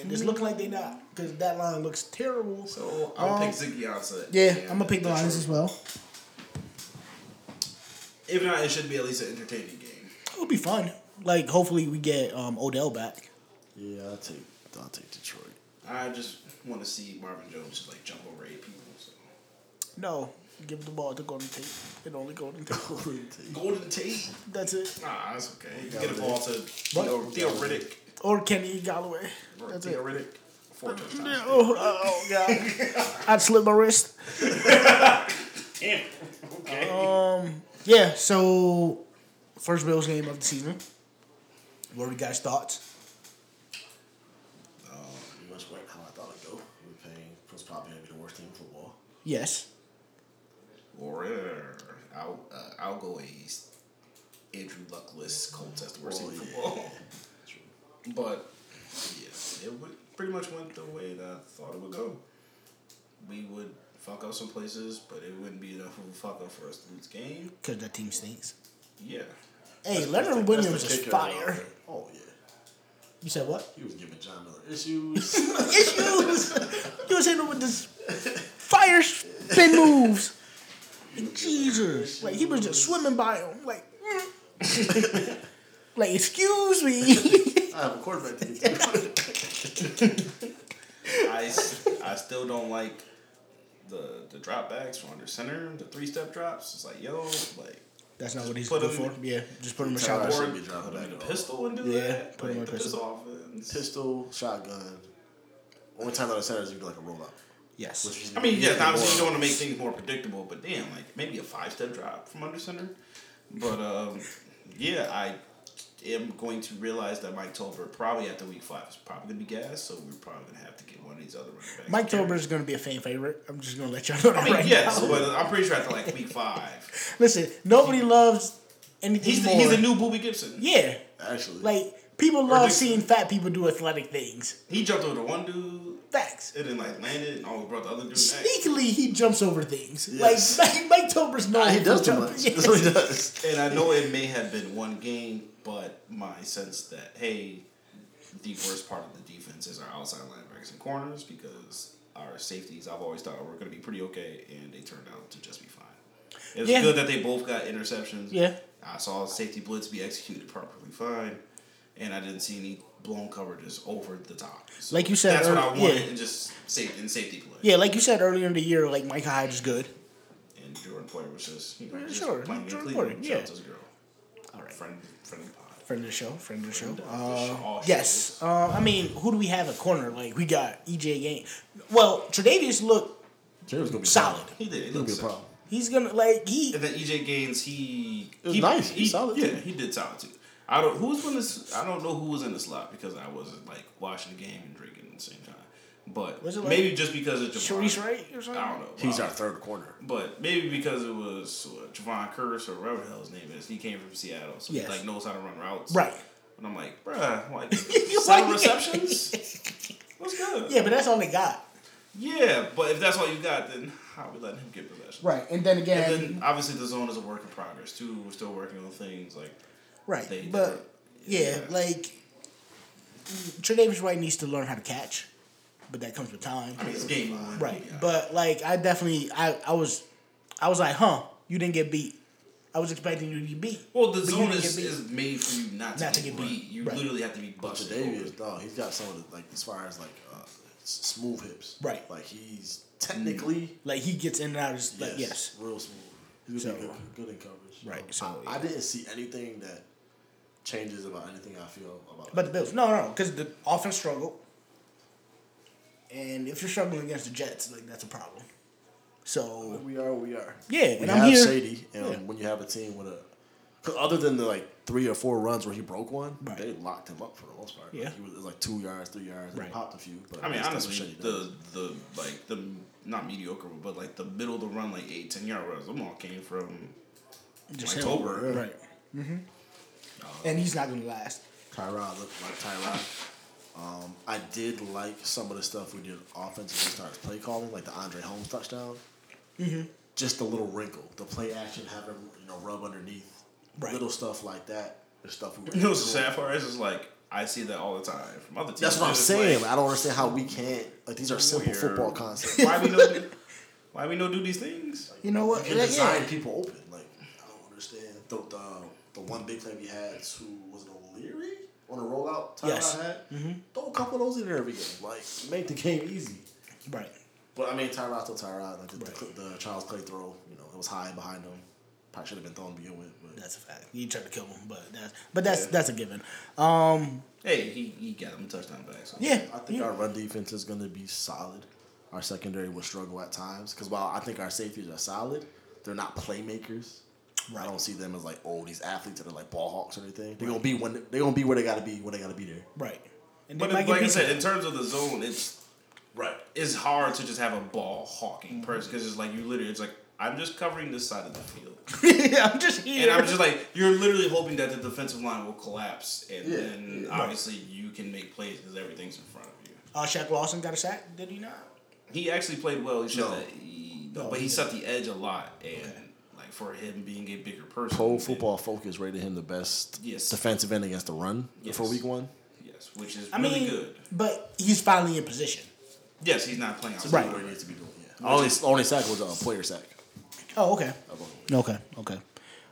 Speaker 5: And it's looking like they not because that line looks terrible.
Speaker 6: So I'm gonna
Speaker 5: Um,
Speaker 6: pick Ziggy Ansah.
Speaker 5: yeah,
Speaker 6: and
Speaker 5: I'm gonna pick the Lions
Speaker 6: Detroit.
Speaker 5: as well.
Speaker 6: If not, it should be at least an entertaining game.
Speaker 5: It'll be fun. Like, hopefully, we get um, Odell back.
Speaker 7: Yeah, I'll take I'll take Detroit.
Speaker 6: I just want to see Marvin Jones just like jump over eight people. So.
Speaker 5: No, give the ball to Golden Tate. It only Golden Tate.
Speaker 6: Golden Tate.
Speaker 5: That's it.
Speaker 6: Nah, that's okay. You can get a ball to
Speaker 5: What?
Speaker 6: Theo, Theo Riddick.
Speaker 5: Or Kenny Galloway.
Speaker 6: Or
Speaker 5: That's it.
Speaker 6: Theo Riddick. Four touchdowns.
Speaker 5: Oh, oh god! I'd slip my wrist.
Speaker 6: Damn. Okay.
Speaker 5: Um, Yeah. So, first Bills game of the season. What are you guys' thoughts?
Speaker 7: Pretty much right how I thought it'd go. We're playing was probably gonna be the worst team in football.
Speaker 5: Yes.
Speaker 6: or uh, I'll uh, I'll go a s- Andrew Luckless Colts as the worst team in
Speaker 5: Oh,
Speaker 6: football. But yes, it would pretty much went the way that I thought it would go. We would fuck up some places, but it wouldn't be enough of a fuck up for us to lose game.
Speaker 5: Because that team stinks.
Speaker 6: Yeah.
Speaker 5: Hey,
Speaker 7: That's the-
Speaker 5: Leonard
Speaker 7: that's
Speaker 5: Williams
Speaker 7: the
Speaker 5: is
Speaker 7: kicker.
Speaker 5: fire.
Speaker 7: Oh yeah.
Speaker 5: You said what?
Speaker 7: He was giving John Miller issues.
Speaker 5: Issues. you was hitting him with this fire spin moves. Jesus, like he was just swimming by him. Like, mm. like excuse me.
Speaker 7: I have a quarterback to get to.
Speaker 6: I, s- I still don't like the the drop backs from under center, the three step drops. It's like, yo, like
Speaker 5: That's not what he's
Speaker 6: Put
Speaker 5: good
Speaker 6: him-
Speaker 5: for. Yeah, just put him in shot.
Speaker 7: Tyler Boyd.
Speaker 6: or
Speaker 7: shouldn't be dropping
Speaker 6: put him
Speaker 7: back
Speaker 6: in a
Speaker 7: at all.
Speaker 6: pistol and do
Speaker 5: Yeah,
Speaker 6: that.
Speaker 5: put him
Speaker 6: like,
Speaker 5: in
Speaker 6: the
Speaker 5: pistol.
Speaker 6: pistol offense.
Speaker 7: Pistol, shotgun. Only time out of center is you do like a rollout.
Speaker 5: Yes.
Speaker 6: I mean, yes, obviously you
Speaker 7: more-
Speaker 6: don't want to make things more predictable, but damn, like maybe a five step drop from under center. But um, yeah, I am going to realize that Mike Tolbert probably after week five is probably going to be gas, so we're probably going to have to get one of these other running backs.
Speaker 5: Mike Tolbert is going to be a fan favorite. I'm just going to let y'all know that
Speaker 6: I mean,
Speaker 5: right
Speaker 6: yes,
Speaker 5: now.
Speaker 6: but I'm pretty sure after like week five,
Speaker 5: Listen, nobody loves anything
Speaker 6: he's the,
Speaker 5: more.
Speaker 6: he's the new Booby Gibson.
Speaker 5: yeah,
Speaker 7: Actually,
Speaker 5: like people love
Speaker 6: just-
Speaker 5: seeing fat people do athletic things.
Speaker 6: He jumped over to one dude
Speaker 5: Facts.
Speaker 6: and then like landed and always brought the other dude back.
Speaker 5: Sneakily, he jumps over things.
Speaker 7: Yes.
Speaker 5: Like Mike, Mike Tolbert's known.
Speaker 7: he
Speaker 5: for
Speaker 7: does too
Speaker 5: jumping.
Speaker 7: much.
Speaker 5: Yes.
Speaker 7: That's what he does.
Speaker 6: And I know it may have been one game, but my sense that hey, the worst part of the defense is our outside linebackers and corners because our safeties I've always thought were going to be pretty okay, and they turned out to just be fine. It's
Speaker 5: Yeah.
Speaker 6: good that they both got interceptions.
Speaker 5: Yeah.
Speaker 6: I saw safety blitz be executed perfectly fine, and I didn't see any blown coverages over the top. So
Speaker 5: Like you said,
Speaker 6: that's what I
Speaker 5: earl-
Speaker 6: wanted,
Speaker 5: yeah.
Speaker 6: and just safety and safety play.
Speaker 5: Yeah, like you said earlier in the year, like Mike Hyde is good.
Speaker 6: And Jordan Poyer was just you know
Speaker 5: Yeah,
Speaker 6: just
Speaker 5: sure.
Speaker 6: playing in
Speaker 5: Jordan
Speaker 6: Cleveland.
Speaker 5: Poyer,
Speaker 6: Shout out
Speaker 5: yeah.
Speaker 6: to his girl.
Speaker 5: All right.
Speaker 6: Friend, friend of the pod.
Speaker 5: Friend of the show, friend of the show.
Speaker 6: of the show.
Speaker 5: Uh,
Speaker 6: All
Speaker 5: yes.
Speaker 6: shows.
Speaker 5: Uh, I mean, who do we have at corner? Like, we got EJ Gain. Well, Tredavious looked
Speaker 7: Jared's gonna be
Speaker 5: solid.
Speaker 6: He did. It
Speaker 7: Gonna be a
Speaker 6: looks
Speaker 7: problem.
Speaker 5: He's gonna like he.
Speaker 6: And then EJ Gaines, he
Speaker 7: It was
Speaker 6: he,
Speaker 7: nice.
Speaker 6: He,
Speaker 7: He's solid,
Speaker 6: Yeah,
Speaker 7: too.
Speaker 6: he did solid too. I don't who was in this. I don't know who was in the slot because I wasn't like watching the game and drinking at the same time. But
Speaker 5: Was it, like,
Speaker 6: maybe just because of Javon,
Speaker 5: Sharice Wright or something?
Speaker 6: I don't know.
Speaker 7: He's
Speaker 6: Wow.
Speaker 7: our third corner.
Speaker 6: But maybe because it was uh, Javon Curse or whatever the hell his name is, he came from Seattle, so
Speaker 5: Yes.
Speaker 6: he like knows how to run routes,
Speaker 5: Right.
Speaker 6: And I'm like, bruh, like seven receptions. What's good?
Speaker 5: Yeah, but that's all they got.
Speaker 6: yeah, but if that's all you got, then how we letting him get possession?
Speaker 5: Right, and then again,
Speaker 6: And then obviously the zone is a work in progress too. We're still working on things like
Speaker 5: right,
Speaker 6: they-
Speaker 5: but yeah,
Speaker 6: yeah.
Speaker 5: like Tre'Davious White needs to learn how to catch, but that comes with time.
Speaker 6: I mean it's game one.
Speaker 5: right,
Speaker 6: Yeah.
Speaker 5: but like I definitely, I, I was, I was like, huh, you didn't get beat. I was expecting you to get beat.
Speaker 6: well the
Speaker 5: but you
Speaker 6: zone
Speaker 5: didn't
Speaker 6: is,
Speaker 5: get beat.
Speaker 6: is made for you not to,
Speaker 5: Not to
Speaker 6: get
Speaker 5: get
Speaker 6: beat.
Speaker 5: beat.
Speaker 6: You
Speaker 5: Right.
Speaker 6: literally have to be
Speaker 7: But
Speaker 6: busted. over.
Speaker 7: Davis, dog, he's got some of the like as far as like uh, s- smooth hips.
Speaker 5: Right.
Speaker 7: Like he's technically
Speaker 5: like he gets in and out. Of, like yes,
Speaker 7: real smooth. He's gonna be
Speaker 5: So-
Speaker 7: good, good in coverage. Um,
Speaker 5: Right, so-
Speaker 7: I, I didn't see anything that changes about anything I feel about.
Speaker 5: but the Bills, no, no, because the offense struggled, and if you're struggling against the Jets, like that's a problem. So
Speaker 7: we are, we are.
Speaker 5: Yeah,
Speaker 7: we
Speaker 5: and
Speaker 7: have
Speaker 5: I'm here-
Speaker 7: Shady, and
Speaker 5: Yeah.
Speaker 7: when you have a team with a, cause other than the like three or four runs where he broke one,
Speaker 5: Right.
Speaker 7: they locked him up for the most part.
Speaker 5: Yeah.
Speaker 7: like, he was, it was like two yards, three yards, and
Speaker 5: Right.
Speaker 7: he popped a few. But
Speaker 6: I mean
Speaker 7: that's what
Speaker 6: honestly
Speaker 7: Shady does.
Speaker 6: the the like the not mediocre but like the middle of the run like eight, ten yard runs, them all came from
Speaker 5: just
Speaker 6: Mike
Speaker 5: him.
Speaker 6: Tolbert.
Speaker 5: right? Mm-hmm. And he's not gonna last.
Speaker 7: Tyrod looked like Tyrod. Um, I did like some of the stuff we did offensively as far as play calling, like the Andre Holmes touchdown. Mm-hmm. Just a little wrinkle, the play action, having you know rub underneath,
Speaker 5: Right.
Speaker 7: little stuff like that. The stuff we were
Speaker 6: You know what's the
Speaker 7: doing.
Speaker 6: sad part is is like I see that all the time from other teams.
Speaker 7: That's what I'm
Speaker 6: It's
Speaker 7: saying.
Speaker 6: like,
Speaker 7: I don't understand how we can't. Like these are simple
Speaker 6: Weird.
Speaker 7: football concepts.
Speaker 6: why we know why we no do these things?
Speaker 5: You know what?
Speaker 7: You
Speaker 5: Yeah,
Speaker 7: design
Speaker 5: yeah.
Speaker 7: people open. Like I don't understand the the, the one big play we had. Who was it? Ole Leary on a rollout timeout
Speaker 5: Yes. Mm-hmm.
Speaker 7: had, throw a couple of those in there every game. Like, make the game easy.
Speaker 5: Right.
Speaker 7: But I mean, Tyrod still Tyrod. Like the,
Speaker 5: Right.
Speaker 7: the, the Charles Clay throw, you know, it was high behind him. Probably should have been thrown to begin with. But
Speaker 5: That's a fact. You tried to kill him, but that's but that's
Speaker 7: Yeah.
Speaker 5: that's a given. Um,
Speaker 6: Hey, he, he got him a touchdown back. So.
Speaker 5: yeah,
Speaker 7: I think
Speaker 5: yeah.
Speaker 7: our run defense is going to be solid. Our secondary will struggle at times because while I think our safeties are solid, they're not playmakers. I
Speaker 5: Right.
Speaker 7: don't see them as like oh these athletes that are like ball hawks or anything. They're gonna be when they gonna be where they gotta be when they gotta be there.
Speaker 5: right. And
Speaker 6: But
Speaker 5: they might
Speaker 6: if,
Speaker 5: get
Speaker 6: like I
Speaker 5: beat.
Speaker 6: said, in terms of the zone, it's
Speaker 7: Right.
Speaker 6: it's hard to just have a ball
Speaker 7: Mm-hmm.
Speaker 6: hawking person because it's like you literally it's like I'm just covering this side of the field,
Speaker 5: I'm just here.
Speaker 6: and I'm just like you're literally hoping that the defensive line will collapse, and
Speaker 7: Yeah,
Speaker 6: then obviously you can make plays because everything's in front of you.
Speaker 5: uh, Shaq Lawson got a sack, did he not?
Speaker 6: He actually played well. He shut
Speaker 7: No.
Speaker 6: the, he,
Speaker 5: No,
Speaker 6: but
Speaker 5: he
Speaker 6: he set the edge a lot, and like for him being a bigger person,
Speaker 7: Whole
Speaker 6: he did-
Speaker 7: football focus rated him the best
Speaker 6: Yes.
Speaker 7: defensive end against the run for
Speaker 6: Yes.
Speaker 7: week one.
Speaker 6: yes, which is
Speaker 5: I
Speaker 6: really
Speaker 5: mean,
Speaker 6: good.
Speaker 5: but he's finally in position.
Speaker 6: Yes, he's not playing outside.
Speaker 5: Right.
Speaker 7: Where he needs to be doing. Yeah. Only only sack was a player sack.
Speaker 5: Oh, okay. Okay, okay.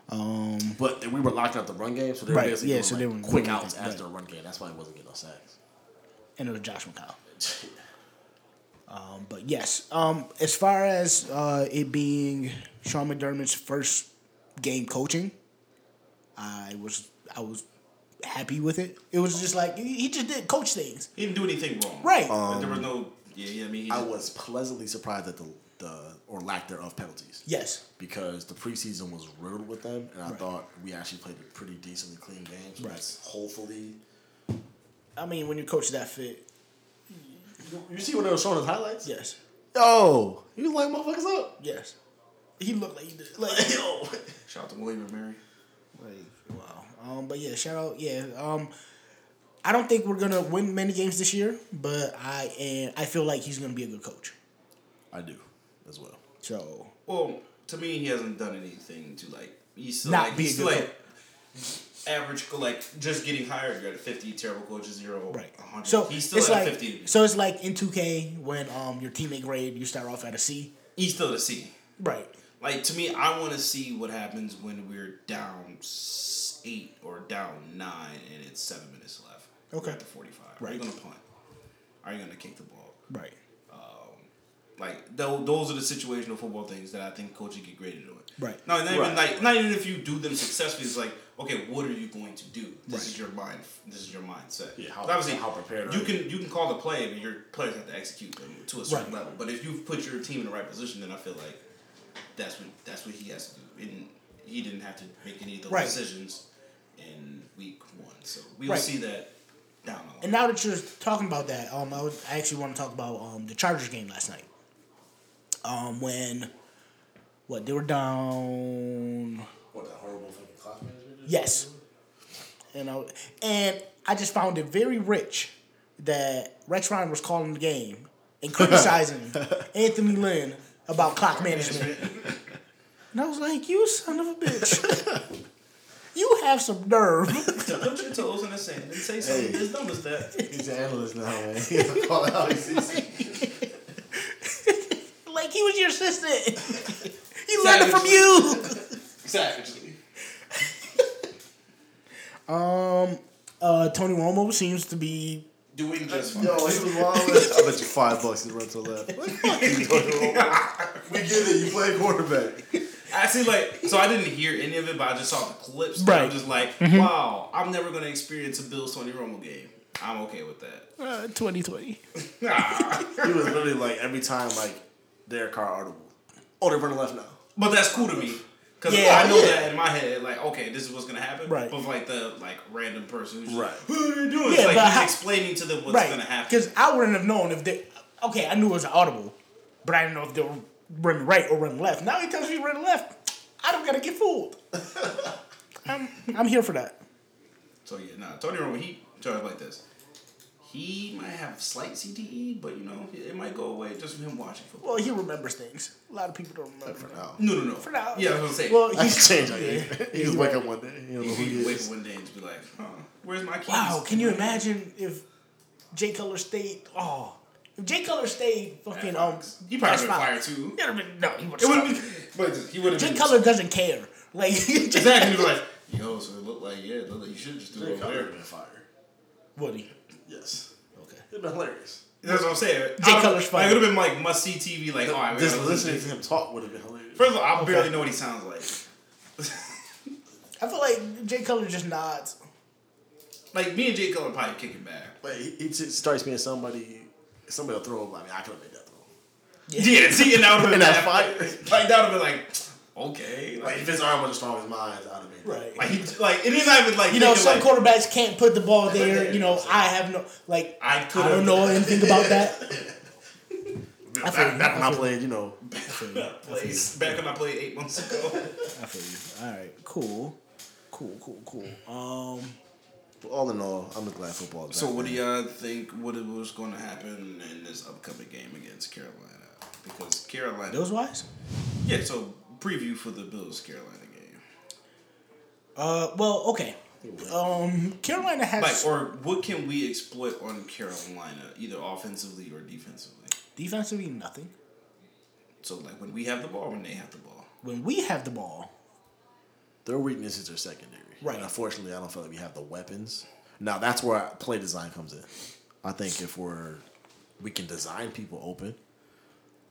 Speaker 5: Um,
Speaker 7: But we were locking up the run game, so they were
Speaker 5: Right,
Speaker 7: basically
Speaker 5: yeah,
Speaker 7: doing,
Speaker 5: so
Speaker 7: like,
Speaker 5: they were doing
Speaker 7: quick
Speaker 5: that,
Speaker 7: outs
Speaker 5: right.
Speaker 7: after the run game. That's why he wasn't getting no sacks.
Speaker 5: and it was Josh McCown. Um, but yes, um, as far as uh, it being Sean McDermott's first game coaching, I was I was happy with it. It was just like he he just did coach things,
Speaker 6: He didn't do anything wrong.
Speaker 5: right?
Speaker 6: Like, there was no. Yeah, yeah. I mean, he
Speaker 7: I
Speaker 6: just-
Speaker 7: was pleasantly surprised at the the or lack thereof penalties.
Speaker 5: yes,
Speaker 7: because the preseason was riddled with them, and I thought we actually played a pretty decently clean game. So
Speaker 5: Right.
Speaker 7: that's hopefully.
Speaker 5: I mean when you coach that fit,
Speaker 7: You see when they were showing his highlights?
Speaker 5: yes,
Speaker 7: Yo, he was lighting motherfuckers up.
Speaker 5: yes. He looked like he did, like
Speaker 7: Yo.
Speaker 6: shout out to William and Mary.
Speaker 5: Like wow. Um, but yeah, shout out. Yeah. Um, I don't think we're gonna win many games this year, but I and I feel like he's gonna be a good coach.
Speaker 7: I do as well.
Speaker 5: So
Speaker 6: Well, to me, he hasn't done anything to like. He's still
Speaker 5: Not
Speaker 6: like,
Speaker 5: be a
Speaker 6: he's still
Speaker 5: good
Speaker 6: like average, like just getting hired. You're at fifty, terrible coaches, zero,
Speaker 5: right.
Speaker 6: hundred.
Speaker 5: So
Speaker 6: he's still
Speaker 5: it's
Speaker 6: at
Speaker 5: like
Speaker 6: fifty.
Speaker 5: so it's like in two K when um your teammate grade you start off at a C.
Speaker 6: he's still at a C.
Speaker 5: Right.
Speaker 6: Like to me, I want to see what happens when we're down s- eight or down nine, and it's seven minutes left. We're
Speaker 5: Okay.
Speaker 6: at the forty-five. Are
Speaker 5: Right.
Speaker 6: you gonna punt? Are you gonna kick the ball?
Speaker 5: Right.
Speaker 6: Like tho- those are the situational football things that I think coaches get graded on.
Speaker 5: Right.
Speaker 6: Now, not even
Speaker 7: Right.
Speaker 6: like not even if you do them successfully, it's like okay, what are you going to do? This
Speaker 5: Right.
Speaker 6: is your mind. This is your mindset.
Speaker 7: Yeah, how-
Speaker 6: 'Cause obviously
Speaker 7: how prepared
Speaker 6: you
Speaker 7: are
Speaker 6: can you can call the play, but your players have to execute them to a certain
Speaker 5: Right.
Speaker 6: level. But if you've put your team in the right position, then I feel like that's what that's what he has to do. And he didn't have to make any of those
Speaker 5: Right.
Speaker 6: decisions in week one. So we will
Speaker 5: Right.
Speaker 6: see that down the line.
Speaker 5: And now that you're talking about that, um, I, was, I actually want to talk about um the Chargers game last night. Um, when what they were down
Speaker 7: What that horrible fucking clock management? is?
Speaker 5: Yes. And I, and I just found it very rich that Rex Ryan was calling the game and criticizing Anthony Lynn about clock management. And I was like, you son of a bitch. you have some nerve.
Speaker 6: Put your toes in the sand and say something
Speaker 7: Hey.
Speaker 6: as dumb as that.
Speaker 7: He's an analyst now, man. He's calling out his
Speaker 5: like, he was your assistant. he learned it from you.
Speaker 6: Savagely.
Speaker 5: Uh, Tony Romo seems to be
Speaker 6: Doing just fine.
Speaker 7: Yo, he was wild. I bet you five bucks he run to left. What the fuck you doing, Romo? We get it. You play quarterback.
Speaker 6: Actually, like, so I didn't hear any of it, but I just saw the clips. And
Speaker 5: Right. Mm-hmm.
Speaker 6: I'm just like, wow, I'm never going to experience a Bills Tony Romo game. I'm okay with that.
Speaker 5: uh, 2020.
Speaker 7: He was literally like every time like their car audible. Oh, they're running left now.
Speaker 6: But that's cool to me. Because
Speaker 5: Yeah.
Speaker 6: I know
Speaker 5: Yeah.
Speaker 6: that in my head, like, okay, this is what's going to happen.
Speaker 5: Right.
Speaker 6: But, like, the, like, random person who's just,
Speaker 7: Right.
Speaker 6: what are you doing?
Speaker 5: Yeah,
Speaker 6: It's like,
Speaker 5: but
Speaker 6: he's
Speaker 5: how-
Speaker 6: explaining to them what's
Speaker 5: right.
Speaker 6: going to happen.
Speaker 5: Because I wouldn't have known if they. Okay, I knew it was an audible, but I didn't know if they were running right or running left. Now he tells me running left. I don't gotta get fooled. I'm I'm here for that.
Speaker 6: So, yeah, nah, Tony Romo, he charged like this. He might have slight CTE, but, you know, it might go away just from him watching football.
Speaker 5: Well, he remembers things. A lot of people don't remember. For now.
Speaker 6: No, no, no.
Speaker 5: For now.
Speaker 6: Yeah, I was going to say.
Speaker 5: Well,
Speaker 7: That's
Speaker 5: he's
Speaker 7: changed.
Speaker 5: yeah.
Speaker 7: He just wake up one day. You don't know who
Speaker 6: You
Speaker 7: he
Speaker 6: wake up
Speaker 7: is.
Speaker 6: one day and just be like, huh, where's my keys?
Speaker 5: Wow, can you imagine if Jay Cutler stayed? Oh, if Jay Cutler stayed, fucking
Speaker 6: At
Speaker 5: um,
Speaker 6: Fox. He probably
Speaker 5: at
Speaker 6: been
Speaker 5: Fox.
Speaker 6: fired too.
Speaker 5: He would've been- no, he would
Speaker 6: It would
Speaker 5: have
Speaker 6: have been, but he would have
Speaker 5: Jay
Speaker 6: been
Speaker 5: Cutler doesn't care. Like
Speaker 6: exactly. He'd be like, Yo, so it looked like yeah, it looked like you should just do
Speaker 7: Jay
Speaker 6: it over
Speaker 7: Cutler
Speaker 6: there.
Speaker 7: would have been fire.
Speaker 5: Woody.
Speaker 7: Yes.
Speaker 5: Okay.
Speaker 7: It'd been hilarious.
Speaker 6: That's what I'm saying.
Speaker 5: Jay
Speaker 6: I-
Speaker 5: Cutler's
Speaker 6: Like,
Speaker 5: funny.
Speaker 6: it would have been like must see TV. Like, all right, we
Speaker 7: Just
Speaker 6: gotta listen
Speaker 7: listening
Speaker 6: to
Speaker 7: to him talk would have been hilarious.
Speaker 6: First of all, I barely know what he sounds like.
Speaker 5: I feel like Jay Cutler just nods.
Speaker 6: Like me and Jay Cutler probably kicking back.
Speaker 7: But he, he just strikes me as somebody. Somebody will throw him. I mean, I could have made that throw.
Speaker 6: Yeah, see, and that would have
Speaker 7: And
Speaker 6: been
Speaker 7: that
Speaker 6: like,
Speaker 7: fire.
Speaker 6: like that would have been like okay,
Speaker 7: Like
Speaker 6: like
Speaker 7: if his arm was as strong as mine, I'd have made that.
Speaker 6: like he, like it is not even like
Speaker 5: You know,
Speaker 6: thinking,
Speaker 5: some
Speaker 6: like,
Speaker 5: quarterbacks can't put the ball there. You know, I have no like.
Speaker 6: I
Speaker 5: I,
Speaker 6: could've-
Speaker 5: don't know anything about that. I feel
Speaker 7: Back,
Speaker 5: you.
Speaker 7: back when
Speaker 5: I
Speaker 7: I
Speaker 5: feel
Speaker 7: played, you know,
Speaker 6: plays back when I played eight months ago.
Speaker 5: I feel you. All right, cool, cool, cool, cool. Um,
Speaker 7: all in all, I'm just glad football. Is
Speaker 6: so,
Speaker 7: back,
Speaker 6: what do y'all
Speaker 7: man.
Speaker 6: think? What was going to happen in this upcoming game against Carolina? Because Carolina,
Speaker 5: those wise.
Speaker 6: yeah. So preview for the Bills Carolina game.
Speaker 5: Uh, well, okay. Um, Carolina has
Speaker 6: Like, or what can we exploit on Carolina, either offensively or defensively?
Speaker 5: defensively nothing.
Speaker 6: So, like, when we have the ball, when they have the ball.
Speaker 5: When we have the ball,
Speaker 7: Their weakness is their secondary.
Speaker 5: Right.
Speaker 7: And unfortunately, I don't feel like we have the weapons. Now that's where play design comes in. I think if we're we can design people open,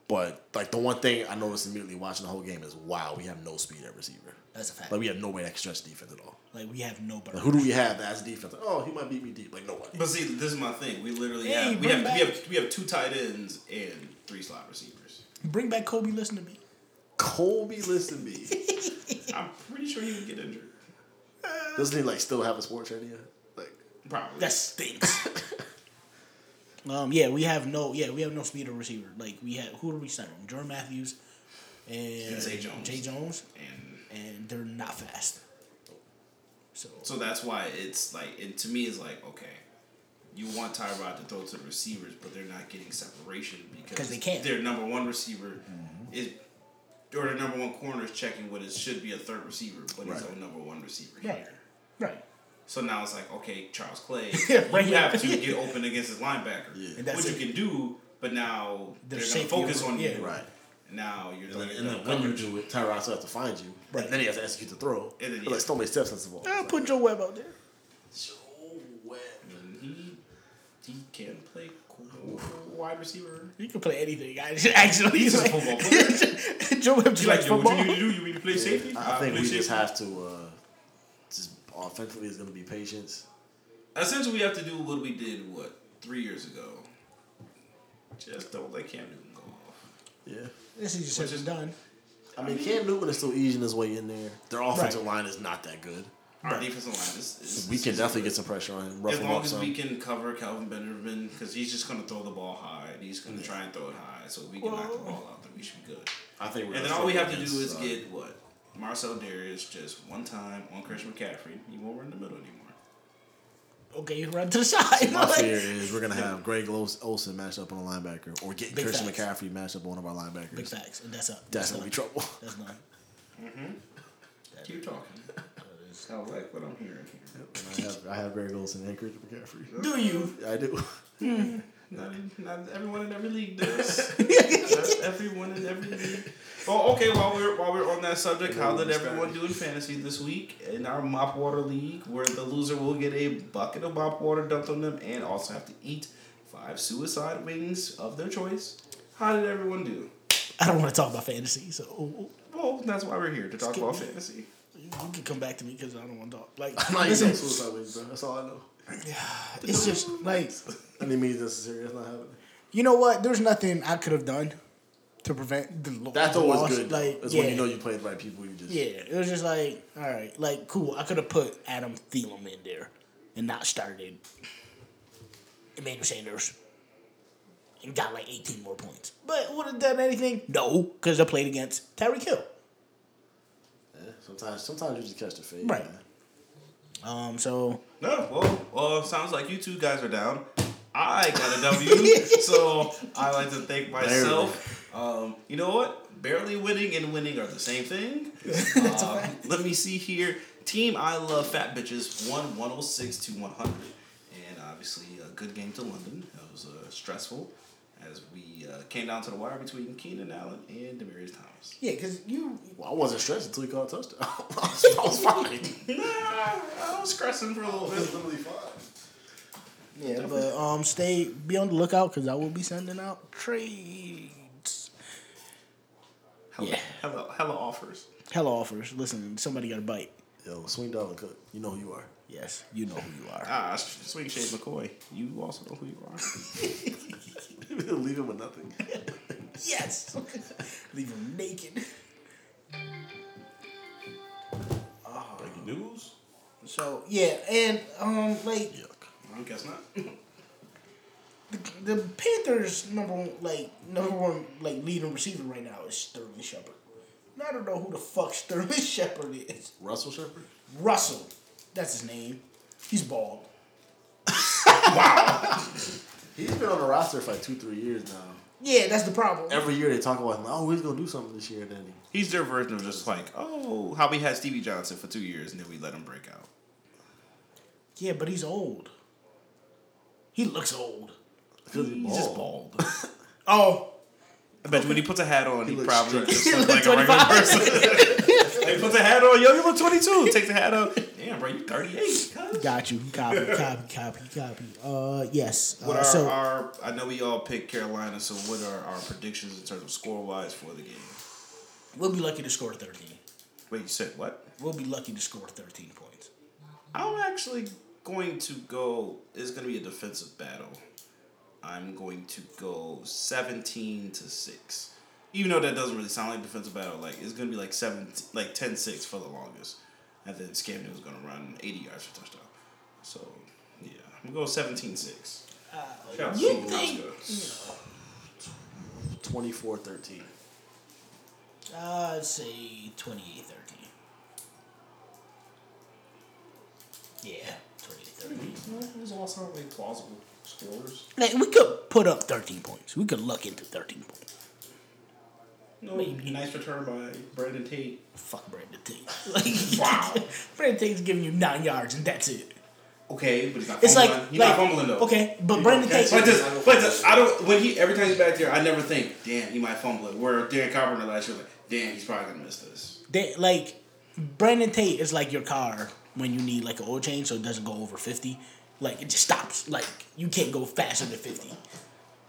Speaker 7: but like the one thing I noticed immediately watching the whole game is wow, we have no speed at receiver.
Speaker 5: that's a fact.
Speaker 7: Like we have no way that can stretch defense at all.
Speaker 5: Like we have nobody.
Speaker 7: Like, who do we have that's defense? Like, oh, he might beat me deep. Like nobody.
Speaker 6: But see, this is my thing. We literally
Speaker 5: Hey,
Speaker 6: have, we
Speaker 5: bring
Speaker 6: have
Speaker 5: back-
Speaker 6: we have we have two tight ends and three slot receivers.
Speaker 5: Bring back Kobe. Listen to me.
Speaker 7: Colby, listen to me.
Speaker 6: I'm pretty sure he would get injured.
Speaker 7: Doesn't he like still have a sports idea? Like
Speaker 6: Probably.
Speaker 5: That stinks. um, yeah, we have no. Yeah, we have no speed or receiver. Like we have. Who are we signing? Jordan Matthews and
Speaker 6: Zay Jones.
Speaker 5: Jay Jones,
Speaker 6: and
Speaker 5: and they're not fast. So,
Speaker 6: so that's why it's like, and to me, it's like okay, you want Tyrod to throw to the receivers, but they're not getting separation because
Speaker 5: 'Cause they can't.
Speaker 6: Their number one receiver
Speaker 7: Mm-hmm.
Speaker 6: is. Or their number one corner is checking what it should be a third receiver, but he's a number one receiver
Speaker 5: right,
Speaker 6: here.
Speaker 5: right,
Speaker 6: So now it's like, okay, Charles Clay,
Speaker 5: Right
Speaker 6: you
Speaker 5: here.
Speaker 6: have to get open against his linebacker,
Speaker 5: And that's
Speaker 6: which
Speaker 5: it.
Speaker 6: you can do. But now they're,
Speaker 5: Their
Speaker 6: going
Speaker 5: safety
Speaker 6: to focus
Speaker 5: over-
Speaker 6: on
Speaker 5: yeah.
Speaker 6: you.
Speaker 7: right.
Speaker 6: Now you're
Speaker 7: And
Speaker 6: like,
Speaker 7: then, and then
Speaker 6: no,
Speaker 7: when you
Speaker 6: coverage.
Speaker 7: do it, Tyrod still has to find you.
Speaker 5: Right.
Speaker 7: Right. Then he has to execute the throw.
Speaker 6: And then,
Speaker 7: But, like
Speaker 6: yeah.
Speaker 7: so many steps that's involved.
Speaker 5: Ah,
Speaker 7: It's
Speaker 5: put Joe Webb out there.
Speaker 6: And he he can play qu- wide receiver.
Speaker 5: You can play anything. I just actually
Speaker 6: He's a
Speaker 5: like,
Speaker 6: football player.
Speaker 5: Joe Webb
Speaker 6: He's
Speaker 5: just
Speaker 6: like,
Speaker 5: likes
Speaker 6: yo,
Speaker 5: football.
Speaker 6: what you need to do? You need to play safety.
Speaker 7: I, I think
Speaker 6: play
Speaker 7: we just
Speaker 6: safety.
Speaker 7: have to uh, just offensively is going to be patience.
Speaker 6: Essentially, we have to do what we did what three years ago. Just don't let Cam Newton go off.
Speaker 7: Yeah.
Speaker 5: This is just
Speaker 6: is-
Speaker 5: done.
Speaker 7: I mean, Cam Newton is still easing his way in there. Their offensive
Speaker 5: Right.
Speaker 7: line is not that good.
Speaker 6: Our defensive line is. is
Speaker 7: We
Speaker 6: is-
Speaker 7: can
Speaker 6: is
Speaker 7: definitely
Speaker 6: good.
Speaker 7: get some pressure on him. Rough
Speaker 6: As
Speaker 7: him
Speaker 6: long
Speaker 7: up
Speaker 6: as
Speaker 7: some.
Speaker 6: we can cover Calvin Benjamin, because he's just going to throw the ball high, and he's going to try and throw it high. So if we can knock the ball out, then we should be good.
Speaker 7: I think we're
Speaker 6: And then
Speaker 7: gonna
Speaker 6: all we
Speaker 7: struggle
Speaker 6: have to do is
Speaker 7: against, uh,
Speaker 6: get what Marcel Darius just one time on Chris McCaffrey. He won't run the middle anymore.
Speaker 5: Okay, you run to the side.
Speaker 7: uh, My
Speaker 5: Like,
Speaker 7: fear is we're gonna have Greg Los- Olsen matched up on a linebacker, or get
Speaker 5: Big
Speaker 7: Christian
Speaker 5: facts.
Speaker 7: McCaffrey matched up on one of our linebackers.
Speaker 5: big facts, and that's up.
Speaker 7: That's
Speaker 5: done.
Speaker 7: gonna be trouble.
Speaker 5: That's done.
Speaker 6: Keep talking. I like what I'm hearing here.
Speaker 7: I have, I have Greg Olsen and Christian McCaffrey.
Speaker 5: Do you?
Speaker 7: I do.
Speaker 6: Not, not everyone in every league does. not everyone in every league. Oh, okay. While we're while we're on that subject, how did everyone do in fantasy this week in our mop water league, where the loser will get a bucket of mop water dumped on them and also have to eat five suicide wings of their choice? How did everyone do?
Speaker 5: I don't want to talk about fantasy, so
Speaker 6: Well, that's why we're here to talk
Speaker 5: Skip
Speaker 6: about
Speaker 5: me.
Speaker 6: fantasy.
Speaker 5: you can come back to me because I don't want to talk.
Speaker 7: I'm
Speaker 5: Like,
Speaker 7: not even
Speaker 5: listen,
Speaker 7: on suicide waves, bro. That's all I know.
Speaker 5: it's just like
Speaker 7: Any means necessary. That's not happening.
Speaker 5: you know what? There's nothing I could have done to prevent the lo-
Speaker 7: That's
Speaker 5: the
Speaker 7: always
Speaker 5: loss.
Speaker 7: good.
Speaker 5: Like,
Speaker 7: That's
Speaker 5: yeah,
Speaker 7: when you know you played the right people. You just
Speaker 5: yeah, it was just like, all right, like cool. I could have put Adam Thielen in there and not started Emmanuel Sanders and got like 18 more points. But would have done anything? No, because I played against Tyreek Hill.
Speaker 7: Eh, Sometimes, sometimes you just catch the fade.
Speaker 5: Right.
Speaker 7: man.
Speaker 5: Um, so
Speaker 6: No, well, well, sounds like you two guys are down. I got a W, so I like to thank myself. Um, you know what? Barely winning and winning are the same thing. Um, let me see here. Team I Love Fat Bitches won 106 to 100. And obviously, a good game to London. That was uh, stressful as we uh, came down to the wire between Keenan Allen and Demarius Thomas.
Speaker 5: yeah, because you
Speaker 7: Well, I wasn't stressed until he caught a touchdown. I was fine.
Speaker 6: pressing for a little bit.
Speaker 7: literally five.
Speaker 5: Yeah, but um, stay be on the lookout because I will be sending out trades.
Speaker 6: Hella,
Speaker 5: Yeah.
Speaker 6: hella, hella offers.
Speaker 5: Hella offers. Listen, somebody got to bite.
Speaker 7: Yo, swing down and cook. You know who you are.
Speaker 5: Yes, you know who you are.
Speaker 6: Ah, swing shade McCoy. You also know who you are.
Speaker 7: Leave him with nothing.
Speaker 5: Yes, leave him naked.
Speaker 6: Breaking news?
Speaker 5: So yeah, and um, like
Speaker 6: I guess not.
Speaker 5: the Panthers' number one, like number one, like leading receiver right now is Sterling Shepard. And I don't know who the fuck Sterling Shepard is.
Speaker 7: Russell Shepard.
Speaker 5: Russell, that's his name. He's bald.
Speaker 7: He's been on the roster for like two, three years now.
Speaker 5: Yeah, that's the problem.
Speaker 7: Every year they talk about him. Oh, he's gonna do something this year. And then
Speaker 6: He's their version of just like, oh, how we had Stevie Johnson for two years and then we let him break out.
Speaker 5: yeah, but he's old. He looks old.
Speaker 7: because he's
Speaker 6: He's just
Speaker 7: bald.
Speaker 6: bald.
Speaker 5: Oh,
Speaker 6: I bet you when he puts a hat on, he,
Speaker 7: looks
Speaker 6: probably
Speaker 7: straight.
Speaker 6: just looks like a regular person. he puts a hat on, yo, you look 22. Takes the hat off. Damn, bro, you 38. cuz.
Speaker 5: got you. Copy, copy, copy, copy. Uh, yes.
Speaker 6: What
Speaker 5: Uh,
Speaker 6: are
Speaker 5: so
Speaker 6: our? I know we all picked Carolina, so what are our predictions in terms of score wise for the game?
Speaker 5: we'll be lucky to score thirteen.
Speaker 6: Wait, you said what?
Speaker 5: We'll be lucky to score thirteen points.
Speaker 6: I'm actually going to go. It's going to be a defensive battle. I'm going to go 17 to 6. Even though that doesn't really sound like defensive battle, like it's going to be like 7 like 10-6 for the longest. And then Scamden was going to run 80 yards for touchdown. So, yeah. I'm going to go 17-6. Shout out to
Speaker 5: Uh, you
Speaker 6: Nebraska.
Speaker 7: 24-13.
Speaker 5: I'd say 28 13. Yeah, 28 13.
Speaker 6: Those all sound like plausible scores.
Speaker 5: Like, we could put up 13 points. We could look into 13 points.
Speaker 6: No, nice return by Brandon Tate.
Speaker 5: Fuck Brandon Tate. Like, Brandon Tate's giving you nine yards and that's it.
Speaker 6: Okay, but he's not.
Speaker 5: It's
Speaker 6: fumbling.
Speaker 5: like,
Speaker 6: he's
Speaker 5: like
Speaker 6: not fumbling though.
Speaker 5: okay, but Brandon Tate.
Speaker 6: But this, but this, I don't. When he every time he's back there, I never think, damn, he might fumble it. Where Dan Carpenter last year, was like, damn, he's probably gonna miss this.
Speaker 5: They, like Brandon Tate is like your car when you need like an oil change, so it doesn't go over fifty. Like it just stops. Like you can't go faster than fifty.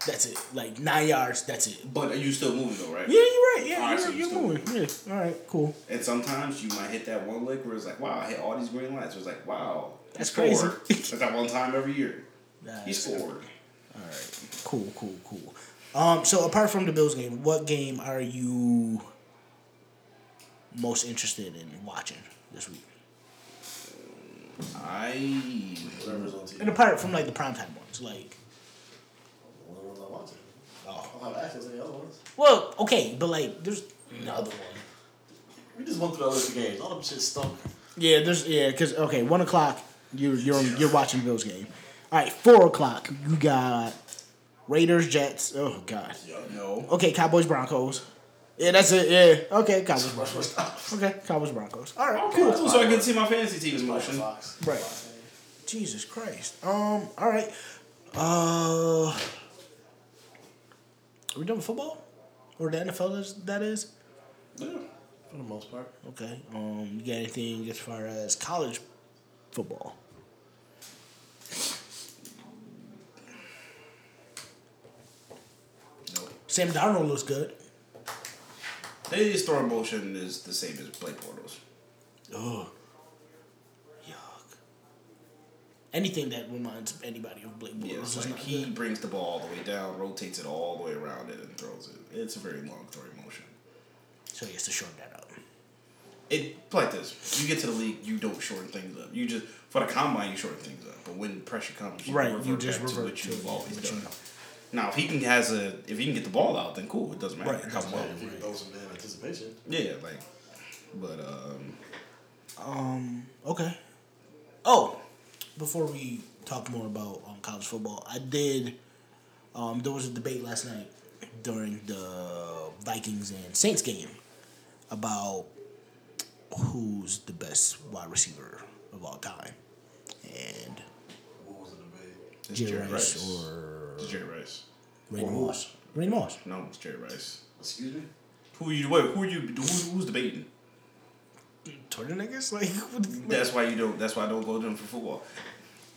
Speaker 5: That's it. Like nine yards. That's it.
Speaker 6: But are you still moving though, right?
Speaker 5: Yeah, you're right. Yeah,
Speaker 6: Alright,
Speaker 5: you're,
Speaker 6: so
Speaker 5: you're
Speaker 6: still
Speaker 5: moving. Yeah. All right. Cool.
Speaker 6: And sometimes you might hit that one lick where it's like, wow, I hit all these green lights. It's like, wow, he
Speaker 5: That's
Speaker 6: scored.
Speaker 5: crazy.
Speaker 6: That's that one time every year. He
Speaker 5: Nice.
Speaker 6: scored.
Speaker 5: Cool. Cool. Cool. Um. So apart from the Bills game, what game are you most interested in watching this week?
Speaker 6: I
Speaker 7: Whatever's on TV.
Speaker 5: And apart from like the primetime ones, like
Speaker 7: Whatever ones I watch. Oh. I'll have access to the other ones.
Speaker 5: well, okay, but like there's another one.
Speaker 7: We just went through the list of games. All them shit stunk.
Speaker 5: Yeah, there's yeah, cause okay, one o'clock you're you're you're watching Bills game. All right, four o'clock you got Raiders Jets. Oh God.
Speaker 6: no.
Speaker 5: Okay, Cowboys Broncos. Yeah, that's it. Yeah. Okay, Cowboys Broncos. Okay, Cowboys Broncos. All right,
Speaker 6: Cool,
Speaker 5: cool.
Speaker 6: cool. So I can see my fantasy team in motion.
Speaker 7: Fox.
Speaker 5: Right. Jesus Christ. Um. All right. Uh. Are we done with football? Or the NFL is that is?
Speaker 6: Yeah.
Speaker 7: For the most part.
Speaker 5: Okay. Um. You got anything as far as college football?
Speaker 6: No.
Speaker 5: Sam Darnold looks good.
Speaker 6: His throw motion is the same as Blake Bortles.
Speaker 5: Oh. Yuck. Anything that reminds anybody of Blake Bortles
Speaker 6: Yeah,
Speaker 5: is
Speaker 6: it's like
Speaker 5: not
Speaker 6: he
Speaker 5: good.
Speaker 6: brings the ball all the way down, rotates it all the way around it, and throws it. It's a very long throwing motion.
Speaker 5: So he has to shorten that up.
Speaker 6: It like this: you get to the league, you don't shorten things up. You just for the combine, you shorten things up. But when pressure comes, you
Speaker 5: Right,
Speaker 6: revert
Speaker 5: you just
Speaker 6: back to
Speaker 5: revert
Speaker 6: what
Speaker 5: to
Speaker 6: you've
Speaker 5: what
Speaker 6: always
Speaker 5: you
Speaker 6: done.
Speaker 5: know.
Speaker 6: Now, if he can has a, if he can get the ball out, then cool. It doesn't matter
Speaker 5: Right, it
Speaker 6: how
Speaker 5: doesn't
Speaker 6: well.
Speaker 7: If you throw some damn anticipation.
Speaker 6: Yeah, like, but um,
Speaker 5: Okay. Oh, before we talk more about um, college football, I did. Um, there was a debate last night during the Vikings and Saints game about who's the best wide receiver of all time, and
Speaker 7: What was the debate?
Speaker 6: it's
Speaker 5: Jerry
Speaker 6: Jerry,
Speaker 5: Rice
Speaker 6: Rice, or it's Jerry Rice.
Speaker 5: Randy Moss. Randy Moss.
Speaker 6: No, it's Jerry Rice.
Speaker 7: Excuse me?
Speaker 6: Who you? Wait, who you? Who, who's debating?
Speaker 5: Twitter niggas? Like, what do you-
Speaker 6: That's why you don't. That's why I don't go to them for football.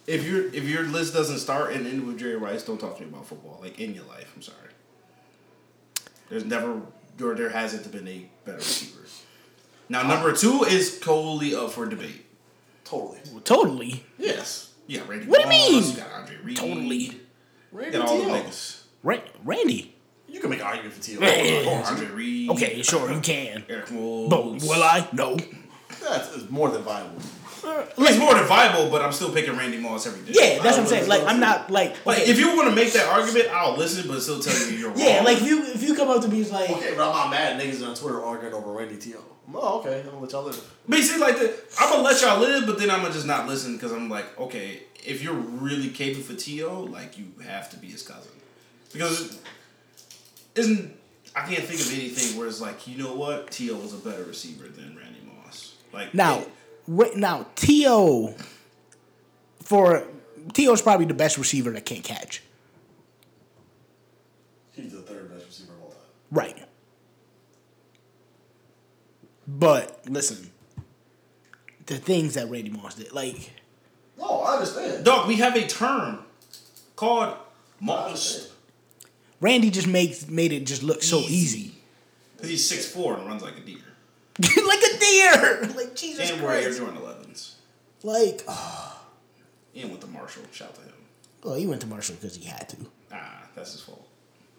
Speaker 6: If your if your list doesn't start and end with Jerry Rice, don't talk to me about football. Like in your life, I'm sorry. There's never or there hasn't been a better receiver. Now number two is totally up for debate.
Speaker 7: Totally.
Speaker 5: totally.
Speaker 6: Yes. Yeah, Randy.
Speaker 5: What do you
Speaker 6: Moss,
Speaker 5: mean?
Speaker 6: You got Andre Reed.
Speaker 5: Totally.
Speaker 6: You
Speaker 7: Randy
Speaker 6: got all the
Speaker 7: T.O.
Speaker 6: niggas.
Speaker 5: Ra- Randy.
Speaker 7: You can make an argument for T.O.
Speaker 5: Yeah.
Speaker 6: Andre Reed.
Speaker 5: Okay, sure, you can.
Speaker 6: Eric Wolves.
Speaker 5: But will I? No.
Speaker 7: That's it's more than viable.
Speaker 6: It's more than viable, but I'm still picking Randy Moss every day.
Speaker 5: Yeah, that's what I'm saying. Like, I'm not, like,
Speaker 6: Like,
Speaker 5: okay.
Speaker 6: if you want to make that argument, I'll listen, but still tell you you're wrong.
Speaker 5: yeah, like, if you, if you come up to me, it's like,
Speaker 7: Okay, but I'm not mad. Niggas on Twitter arguing over Randy T.O. Oh, okay. I'm gonna let y'all live.
Speaker 6: Basically, like the, I'm gonna let y'all live, but then I'm gonna just not listen because I'm like, okay, if you're really caping for To, like you have to be his cousin, because isn't I can't think of anything where it's like, you know what, To was a better receiver than Randy Moss. Like
Speaker 5: Now, wait, now T.O. for T.O.'s probably the best receiver that can't catch.
Speaker 7: He's the third best receiver of all time.
Speaker 5: Right. But listen, the things that Randy Moss did, like
Speaker 7: No, I understand.
Speaker 6: dog, we have a term called Moss
Speaker 5: Randy just makes made it just look so easy.
Speaker 6: Easy. because he's six four and runs like a deer,
Speaker 5: like a deer. Like Jesus
Speaker 6: and we're Air
Speaker 5: Christ.
Speaker 6: Jordan Elevens,
Speaker 5: Like
Speaker 6: and with the Marshall, shout to him.
Speaker 5: oh, he went to Marshall because he had to.
Speaker 6: Ah, that's his fault.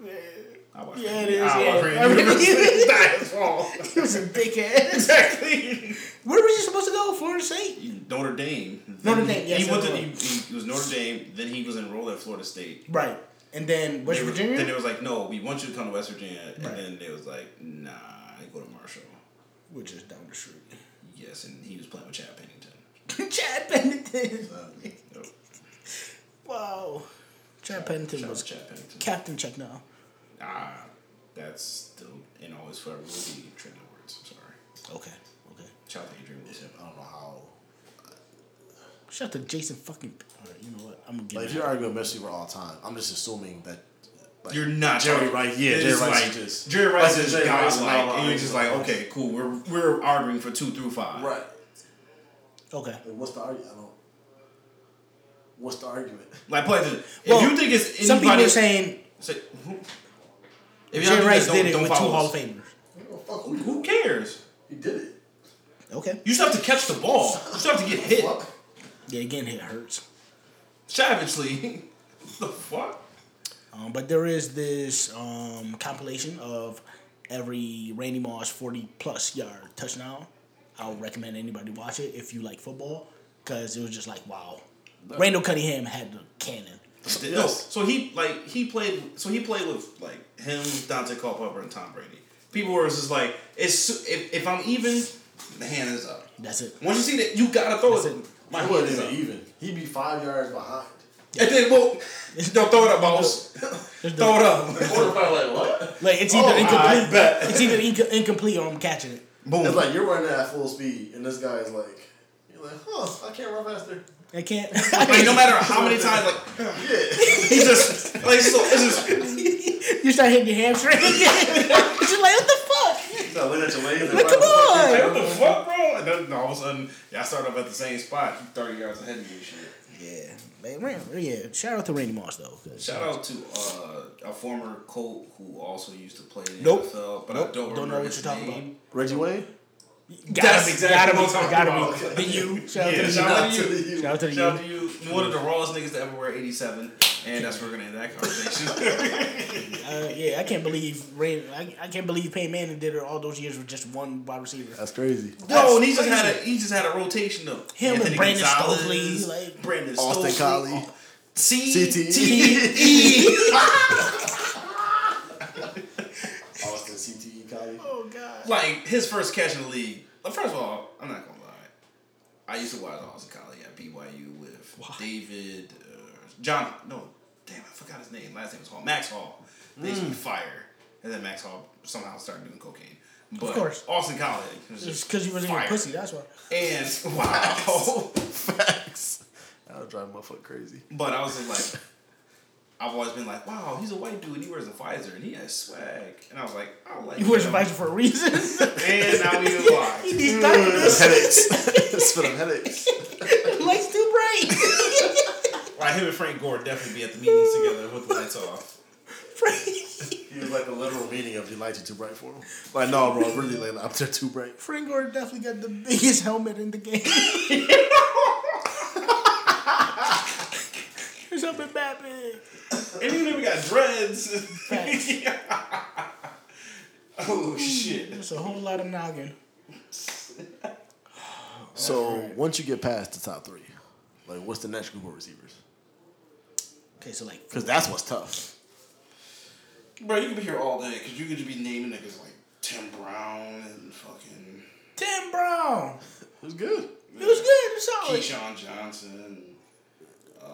Speaker 6: I watch
Speaker 5: Yeah, it
Speaker 6: Randy-
Speaker 5: is,
Speaker 6: I
Speaker 5: yeah.
Speaker 6: watch Randy Moss. That's his fault.
Speaker 5: He was a dickhead.
Speaker 6: Exactly.
Speaker 5: Where was he supposed to go? Florida State.
Speaker 6: Notre Dame. Then
Speaker 5: Notre
Speaker 6: he-
Speaker 5: Dame, yes,
Speaker 6: He went
Speaker 5: I
Speaker 6: to
Speaker 5: know.
Speaker 6: he, he was Notre Dame. Then he was enrolled at Florida State.
Speaker 5: Right. And then West
Speaker 6: They were-
Speaker 5: Virginia.
Speaker 6: Then it was like, no, we want you to come to West Virginia, and
Speaker 5: Right.
Speaker 6: then they was like, nah, go to Marshall.
Speaker 5: which is down the street.
Speaker 6: Yes, and he was playing with Chad Pennington.
Speaker 5: Chad Pennington.
Speaker 6: Yep.
Speaker 5: Wow. Chad Pennington
Speaker 6: Shout out
Speaker 5: was
Speaker 6: to Chad Pennington.
Speaker 5: Captain Check now.
Speaker 6: ah, that's still and always forever will be trending words. I'm sorry.
Speaker 5: Okay. Okay.
Speaker 6: Shout out to Adrian Wilson.
Speaker 7: I don't know how.
Speaker 5: Shout out to Jason fucking. All right, you know what? I'm gonna get.
Speaker 7: Like, if
Speaker 5: mad.
Speaker 7: you're arguing best receiver all time, I'm just assuming that. Like,
Speaker 6: You're not
Speaker 7: Jerry
Speaker 6: talking-
Speaker 7: Rice. Yeah,
Speaker 6: it's
Speaker 7: Jerry Rice.
Speaker 6: Like,
Speaker 7: is just,
Speaker 6: Jerry Rice
Speaker 7: like,
Speaker 6: is
Speaker 7: Jerry Rice
Speaker 6: godlike,
Speaker 7: all
Speaker 6: and you're just like,
Speaker 7: arguing.
Speaker 6: okay, cool. We're we're arguing for two through five.
Speaker 7: right?
Speaker 5: Okay.
Speaker 7: Like, what's the argument? I don't. What's the argument?
Speaker 6: Like, play the, if
Speaker 5: Well,
Speaker 6: you think it's anybody,
Speaker 5: Some people are saying
Speaker 6: Say, who? If y'all
Speaker 5: Jerry
Speaker 6: do
Speaker 5: Rice
Speaker 6: that,
Speaker 5: did it with two
Speaker 6: follow
Speaker 5: Hall of
Speaker 6: us.
Speaker 5: Famers.
Speaker 7: Oh, fuck, who,
Speaker 6: Who cares?
Speaker 7: He did it.
Speaker 5: Okay.
Speaker 6: You still have to catch the ball. You still have to get hit
Speaker 7: Fuck.
Speaker 5: Yeah, again, it hurts.
Speaker 6: savagely. the fuck?
Speaker 5: Um, but there is this um, compilation of every Randy Moss 40 plus yard touchdown. I would recommend anybody watch it if you like football because it was just like, wow. Randall Cunningham had the cannon.
Speaker 6: No. So he like he played. So he played with like him, Dante Culpepper, and Tom Brady. People were just like, it's if, if I'm even, the hand is up.
Speaker 5: That's it.
Speaker 6: Once you see that, you gotta throw
Speaker 5: That's
Speaker 6: it.
Speaker 5: it.
Speaker 6: My
Speaker 7: It
Speaker 6: hand is
Speaker 7: wasn't
Speaker 6: up.
Speaker 7: even even. He'd be five yards behind.
Speaker 6: And then well, don't throw it up, boss. throw it up.
Speaker 7: Quarterback, like what?
Speaker 5: Like, it's
Speaker 7: Oh,
Speaker 5: either
Speaker 7: I
Speaker 5: incomplete.
Speaker 6: bet.
Speaker 5: It's either inco- incomplete or I'm catching it.
Speaker 6: Boom.
Speaker 7: It's like you're running at full speed, and this guy is like, you're like, huh? I can't run faster.
Speaker 5: I can't.
Speaker 6: Like, no matter how many times, like
Speaker 7: Yeah.
Speaker 6: he just like so. It's just
Speaker 5: you start hitting your hamstring again. It's just like, what the fuck?
Speaker 7: so I went at your legs. and
Speaker 5: Like,
Speaker 7: ran
Speaker 6: Like, what
Speaker 5: come on.
Speaker 7: the fuck in.
Speaker 6: the fuck, bro? And then all of a sudden, y'all start up at the same spot. You 30 yards ahead of you and shit.
Speaker 5: Yeah. Man, Ran- yeah. Shout out to Randy Moss, though. 'cause-
Speaker 6: Shout out to uh, a former Colt who also used to play in the
Speaker 5: Nope.
Speaker 6: NFL, but
Speaker 5: Nope.
Speaker 6: I don't,
Speaker 5: Don't know
Speaker 6: remember
Speaker 5: what
Speaker 6: his
Speaker 5: you're talking
Speaker 6: name.
Speaker 5: about.
Speaker 7: Reggie Wayne.
Speaker 5: Gotta
Speaker 6: That's
Speaker 5: be,
Speaker 6: exactly
Speaker 5: gotta
Speaker 6: what I'm
Speaker 5: be,
Speaker 6: talking
Speaker 5: gotta be.
Speaker 6: about.
Speaker 5: The you. Shout out
Speaker 6: Yeah,
Speaker 5: to the
Speaker 6: shout
Speaker 5: you.
Speaker 6: out to you.
Speaker 5: Shout out to the
Speaker 6: Shout out
Speaker 5: you.
Speaker 6: to you. One of the rawest niggas to ever wear 87, and that's where we're gonna end that conversation.
Speaker 5: Uh, yeah, I can't believe Ray. I, I can't believe Peyton Manning did it all those years with just one wide receiver.
Speaker 7: That's crazy.
Speaker 6: no, and he just had a he just had a rotation though.
Speaker 5: Him and
Speaker 6: Anthony
Speaker 5: Brandon
Speaker 6: Gonzalez,
Speaker 5: Stokely, like-
Speaker 6: Brandon
Speaker 7: Austin
Speaker 6: Stokely,
Speaker 7: Collie.
Speaker 6: C- E.
Speaker 7: CTE.
Speaker 5: E.
Speaker 6: CTE.
Speaker 7: Austin CTE Collie.
Speaker 5: oh God.
Speaker 6: like his first catch in the league. Well, first of all, I'm not gonna lie. I used to watch Austin Collie at BYU with David uh, John. No, damn, I forgot his name. Last name was Hall. Max Hall. They used to
Speaker 5: Mm.
Speaker 6: be fire, and then Max Hall somehow started doing cocaine. But
Speaker 5: course.
Speaker 6: Austin Collie was
Speaker 5: It's
Speaker 6: just
Speaker 5: because you was in your
Speaker 6: fire.
Speaker 5: pussy. That's why.
Speaker 6: And wow.
Speaker 7: Facts. That would drive my foot crazy.
Speaker 6: But I was just like, I've always been like, wow, he's a white dude and he wears a visor and he has swag. And I was like, I like
Speaker 5: He wears a
Speaker 6: him.
Speaker 5: visor for a reason.
Speaker 6: And now we know why.
Speaker 5: he needs darkness.
Speaker 7: Headaches. it's for them headaches.
Speaker 5: Lights too bright.
Speaker 6: Like him and Frank Gore definitely be at the meetings together with the lights off.
Speaker 5: Frank,
Speaker 7: He was like the literal meaning of the lights are too bright for him. Like, no, bro, really, like, up there too bright.
Speaker 5: Frank Gore definitely got the biggest helmet in the game. There's something bad big.
Speaker 6: And even if we got dreads. oh shit.
Speaker 5: There's a whole lot of noggin.
Speaker 7: So once you get past the top three, like, what's the next group of receivers?
Speaker 5: Okay, so like
Speaker 7: Because that's what's tough.
Speaker 6: Bro, you could be here all day because you could just be naming niggas like Tim Brown and fucking
Speaker 5: Tim Brown.
Speaker 7: It was good.
Speaker 5: It was good. It was solid.
Speaker 6: Keyshawn Johnson. Uh,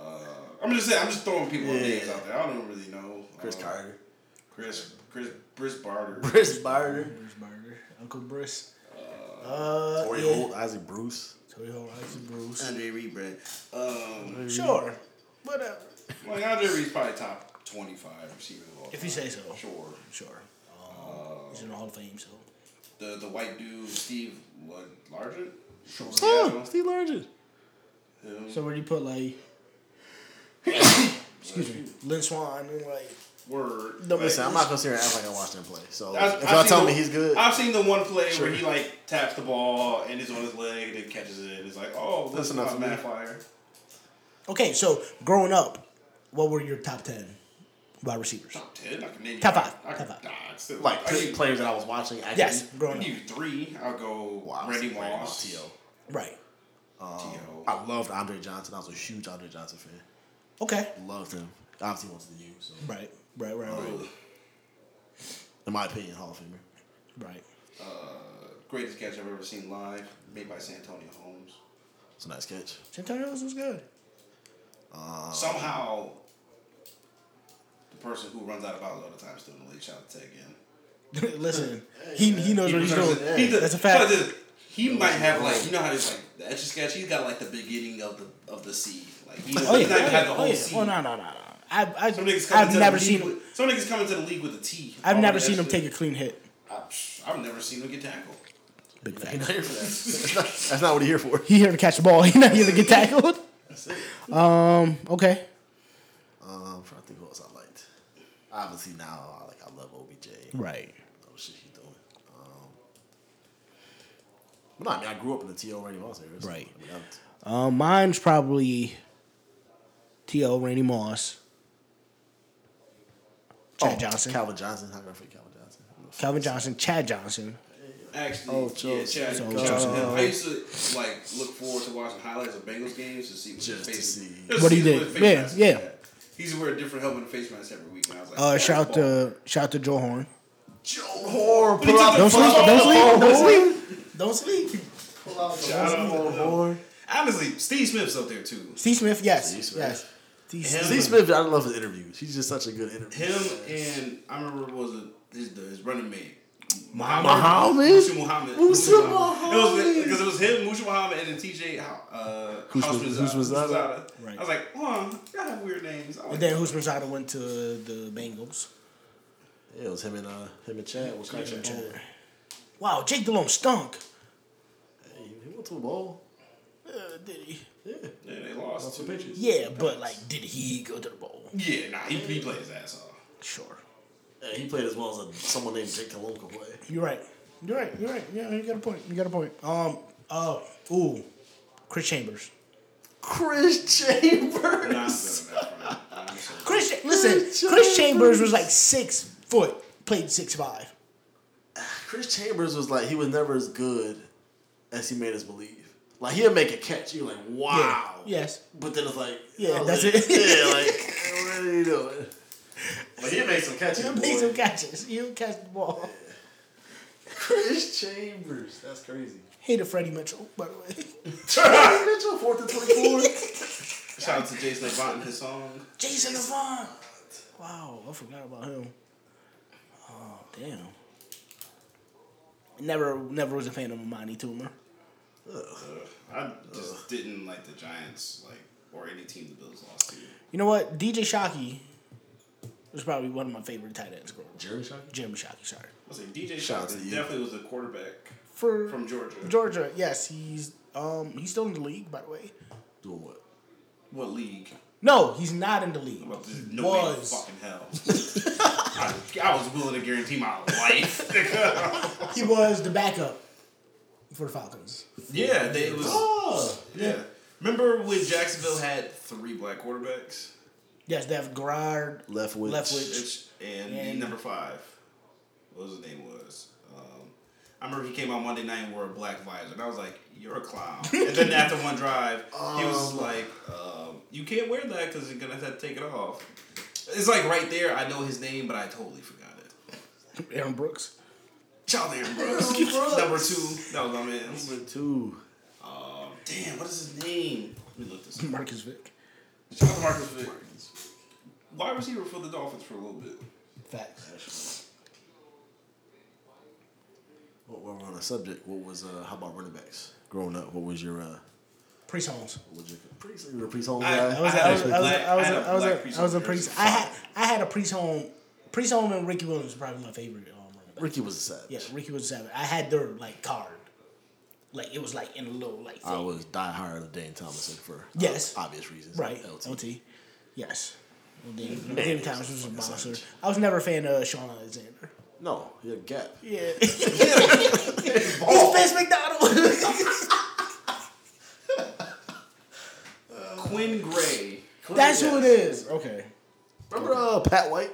Speaker 6: I'm just saying, I'm just throwing people names out there. I don't really know.
Speaker 7: Chris
Speaker 6: Uh,
Speaker 7: Carter.
Speaker 6: Chris, Chris, Chris Barter.
Speaker 7: Chris Barter.
Speaker 5: Bruce Burger, Uncle Bruce. Uh,
Speaker 7: Corey
Speaker 5: yeah.
Speaker 7: Holt, Isaac Bruce.
Speaker 5: Tory Holt, Isaac Bruce.
Speaker 6: Andre Reed, Brad. Um,
Speaker 5: Sure. Whatever.
Speaker 6: like Andre Reed's probably top 25 receiver of all
Speaker 5: If you
Speaker 6: time.
Speaker 5: say so.
Speaker 6: Sure.
Speaker 5: Sure. Um,
Speaker 6: Uh,
Speaker 5: he's in the Hall of Fame, so.
Speaker 6: The the white dude, Steve Largent. Sure.
Speaker 7: Oh, Steve Largent.
Speaker 5: So where do you put, like, excuse me, Lynn Swan and, like,
Speaker 6: Word.
Speaker 5: Don't
Speaker 6: Like,
Speaker 7: Listen, I'm not gonna sit here and act like I watched him play. So
Speaker 6: I've-
Speaker 7: if
Speaker 6: I've
Speaker 7: y'all
Speaker 6: seen
Speaker 7: tell
Speaker 6: the-
Speaker 7: me he's good,
Speaker 6: I've seen the one play
Speaker 7: Sure.
Speaker 6: where he like taps the ball and it's on his leg and catches it. It's like, oh, that's
Speaker 7: That's enough
Speaker 6: enough.
Speaker 7: for me.
Speaker 6: Matt Fire.
Speaker 5: Okay, so growing up, what were your top 10 wide receivers?
Speaker 6: Top ten. I can name you
Speaker 5: Top
Speaker 6: five.
Speaker 5: five,
Speaker 6: I can,
Speaker 5: top five.
Speaker 6: Nah, it's still,
Speaker 7: like
Speaker 6: I
Speaker 7: p-
Speaker 6: give-
Speaker 7: players that I was watching. Actually,
Speaker 5: Yes,
Speaker 6: I
Speaker 5: growing
Speaker 6: give
Speaker 5: up.
Speaker 6: you three. I'll go
Speaker 7: Wow,
Speaker 6: Randy
Speaker 7: Randy
Speaker 6: Moss.
Speaker 7: Moss, T.O.
Speaker 5: Right.
Speaker 6: T.O.
Speaker 7: I loved Andre Johnson. I was a huge Andre Johnson fan.
Speaker 5: Okay.
Speaker 7: Loved him. Obviously, he went to the U. So
Speaker 5: Right. Right, right,
Speaker 6: Oh.
Speaker 5: right.
Speaker 7: in my opinion, Hall of Famer.
Speaker 5: Right.
Speaker 6: Greatest catch I've ever seen live, made by Santonio Holmes.
Speaker 7: It's a nice catch.
Speaker 5: Santonio's was good.
Speaker 7: Um,
Speaker 6: Somehow, the person who runs out of bounds all the time still in the league. Shout out to Ted again.
Speaker 5: Listen, he, he knows what he's
Speaker 6: returns
Speaker 5: doing.
Speaker 6: it. He does-
Speaker 5: That's a fact.
Speaker 6: but this- He might have like you know how it's like the etch a sketch. He's got like the beginning of the of the seed. Like he's,
Speaker 5: Oh, yeah.
Speaker 6: he's not even
Speaker 5: Oh,
Speaker 6: had the
Speaker 5: yeah.
Speaker 6: whole
Speaker 5: Oh, yeah.
Speaker 6: seed.
Speaker 5: oh no, no, no, no. I've,
Speaker 6: Some niggas
Speaker 5: I've,
Speaker 6: coming
Speaker 5: I've
Speaker 6: to
Speaker 5: never
Speaker 6: the
Speaker 5: seen
Speaker 6: league
Speaker 5: him.
Speaker 6: With, some niggas coming to the league with a T.
Speaker 5: I've
Speaker 6: Oh,
Speaker 5: never
Speaker 6: that
Speaker 5: seen him
Speaker 6: shit.
Speaker 5: take a clean hit.
Speaker 6: I- I've never seen him get tackled.
Speaker 5: Big
Speaker 7: He's
Speaker 5: fact.
Speaker 7: not here for that. That's not, that's not what he's here for.
Speaker 5: He here to catch the ball. He not here to get tackled.
Speaker 7: That's it.
Speaker 5: Okay.
Speaker 7: Um, I'm trying to think who else I liked. Obviously, now I like I love OBJ.
Speaker 5: Right.
Speaker 7: Oh shit, he doing. Um, but no, I mean I grew up in the T.O. Randy Moss era. so,
Speaker 5: Right.
Speaker 7: I mean, I'm-
Speaker 5: Uh, mine's probably T.O. Randy Moss, Chad
Speaker 7: Oh,
Speaker 5: Johnson,
Speaker 7: Calvin Johnson. How can I forget Calvin Johnson?
Speaker 5: Calvin Johnson, Chad Johnson.
Speaker 6: Actually,
Speaker 7: Oh,
Speaker 6: yeah,
Speaker 7: Charles.
Speaker 6: Chad,
Speaker 5: Oh,
Speaker 6: Chad-
Speaker 5: Charles.
Speaker 6: I used to like look forward to watching highlights of Bengals games to see what
Speaker 7: Just to
Speaker 6: face,
Speaker 7: see.
Speaker 6: just
Speaker 5: What he
Speaker 6: the
Speaker 5: did.
Speaker 6: face
Speaker 5: Yeah,
Speaker 6: mask
Speaker 5: yeah.
Speaker 6: he had. He used to wear a different helmet and face mask every week, and I was like,
Speaker 5: Uh,
Speaker 6: "That's
Speaker 5: shout
Speaker 6: ball."
Speaker 5: to shout to Joe Horn.
Speaker 7: Joe Horn.
Speaker 6: But he
Speaker 7: Pull out
Speaker 6: took
Speaker 7: the
Speaker 5: Don't
Speaker 6: the
Speaker 5: sleep.
Speaker 6: phone.
Speaker 5: Don't sleep. Don't sleep. Don't sleep.
Speaker 7: pull out the
Speaker 6: Shout out
Speaker 7: Joe
Speaker 6: to Joe
Speaker 7: Horn.
Speaker 6: Honestly, Steve Smith's up there too.
Speaker 5: Steve Smith. Yes.
Speaker 7: Steve Smith.
Speaker 5: Yes. Steve Smith.
Speaker 7: Steve Smith, I love his interviews. He's just such a good interview.
Speaker 6: Him and I remember it was a, his, the, his running mate.
Speaker 7: Muhammad?
Speaker 6: Mushi Muhammad. Musa
Speaker 7: Musa
Speaker 6: It was
Speaker 7: Muhammad.
Speaker 6: because it was him, Mushi Muhammad, and then TJ uh,
Speaker 7: Who's- who's was that?
Speaker 5: Right.
Speaker 6: I was like, oh, y'all have weird names. I like
Speaker 5: And then Husman Sada went to the Bengals.
Speaker 7: Yeah, it was him and uh, him and Chad. Was Chad. Chad.
Speaker 5: Um, Wow, Jake DeLone stunk.
Speaker 7: Hey, he went to a bowl.
Speaker 5: Uh, did he?
Speaker 6: Yeah, they lost
Speaker 7: That's the
Speaker 6: to
Speaker 7: Patriots.
Speaker 5: Yeah, but like, did he go to the bowl?
Speaker 6: Yeah, nah, he, he played his ass off.
Speaker 5: Sure.
Speaker 7: Yeah, he played as well as a, someone named Jake Colon could play.
Speaker 5: You're right. You're right. You're right. Yeah, you got a point. You got a point. Um. Uh. Ooh. Chris Chambers.
Speaker 7: Chris Chambers.
Speaker 6: Nah, I'm better than that, bro. I'm sorry.
Speaker 5: Chris. Listen. Chris Chambers, was like six foot. Played six five.
Speaker 7: Chris Chambers was like he was never as good as he made us believe. Like he'll make a catch, you're like, wow.
Speaker 5: Yes.
Speaker 7: But then it's like,
Speaker 5: Yeah,
Speaker 7: oh,
Speaker 5: that's
Speaker 7: like,
Speaker 5: it.
Speaker 7: Yeah, like what are you doing? But he made some catches.
Speaker 5: He'll
Speaker 7: boy.
Speaker 5: make some catches. He'll catch the ball.
Speaker 7: Chris Chambers, that's crazy.
Speaker 5: Hated Freddie Mitchell, by the way.
Speaker 7: Chris Mitchell, fourth and twenty-four.
Speaker 6: Shout out to Jason Avant and his song.
Speaker 5: Jason Devon. Wow, I forgot about him. Oh damn. Never, never was a fan of Amani Toomer.
Speaker 6: I just didn't like the Giants, like, or any team the Bills lost to.
Speaker 5: You know what? DJ Shockey was probably one of my favorite tight ends growing up.
Speaker 7: Jerry Shockey?
Speaker 5: Jeremy Shockey, sorry.
Speaker 6: I'll say DJ
Speaker 7: Shout out
Speaker 6: Shockey
Speaker 7: to you.
Speaker 6: definitely was a quarterback
Speaker 5: For
Speaker 6: from Georgia.
Speaker 5: Georgia, yes, he's um he's still in the league, by the way.
Speaker 7: Doing what?
Speaker 6: What league?
Speaker 5: No, he's not in the league.
Speaker 6: Well, there's
Speaker 5: He
Speaker 6: no way in
Speaker 5: was.
Speaker 6: fucking hell. I, I was willing to guarantee my life.
Speaker 5: He was the backup for the Falcons.
Speaker 6: yeah, they, it was.
Speaker 7: Oh,
Speaker 6: Yeah. Remember when Jacksonville had three black quarterbacks?
Speaker 5: Yes, they have Gerard.
Speaker 7: Leftwich.
Speaker 5: Leftwich.
Speaker 6: It's- and
Speaker 5: And-
Speaker 6: number five, what his name was. Um, I remember he came out Monday night and wore a black visor, and I was like, "You're a clown." and then after one drive, he was like, um, "You can't wear that because you're gonna have to take it off." It's like right there. I know his name, but I totally forgot it.
Speaker 5: Aaron Brooks.
Speaker 6: Child Aaron Brooks, number two. That was my man.
Speaker 7: Number two.
Speaker 6: Um, damn, what is his name? Let me look this. up.
Speaker 5: Marcus Vick.
Speaker 6: Shout out to Marcus Vick. Wide receiver for the Dolphins for a little bit.
Speaker 5: Facts.
Speaker 7: What well, we're on a subject. What was uh? How about running backs? Growing up, what was your uh?
Speaker 5: Priest Holmes.
Speaker 7: What was your priest? You were a priest home
Speaker 6: I-
Speaker 7: guy.
Speaker 5: I was
Speaker 6: I
Speaker 5: a, I
Speaker 6: had
Speaker 5: was a,
Speaker 6: a
Speaker 5: I was
Speaker 6: black- I had
Speaker 5: a, I was a,
Speaker 6: a
Speaker 5: I was
Speaker 6: black
Speaker 5: a,
Speaker 6: Priest
Speaker 5: I was a
Speaker 6: Holmes
Speaker 5: priest.
Speaker 6: jersey.
Speaker 5: I had I had a priest home. Priest home and Ricky Williams were probably my favorite um, running back.
Speaker 7: Ricky was a savage.
Speaker 5: Yeah, Ricky was seven. I had their like card. Like it was like in a little like
Speaker 7: I
Speaker 5: thing.
Speaker 7: was die hard of Dane Thomason for
Speaker 5: Yes.
Speaker 7: obvious reasons.
Speaker 5: right.
Speaker 7: LT.
Speaker 5: LT. Yes. Well, then, David Thomas was a monster. I was never a fan of Sean Alexander.
Speaker 7: No, he had a gap.
Speaker 5: Yeah. He's Vince McDonald.
Speaker 6: Quinn Gray.
Speaker 5: That's who it is. Okay.
Speaker 7: Remember uh, Pat White?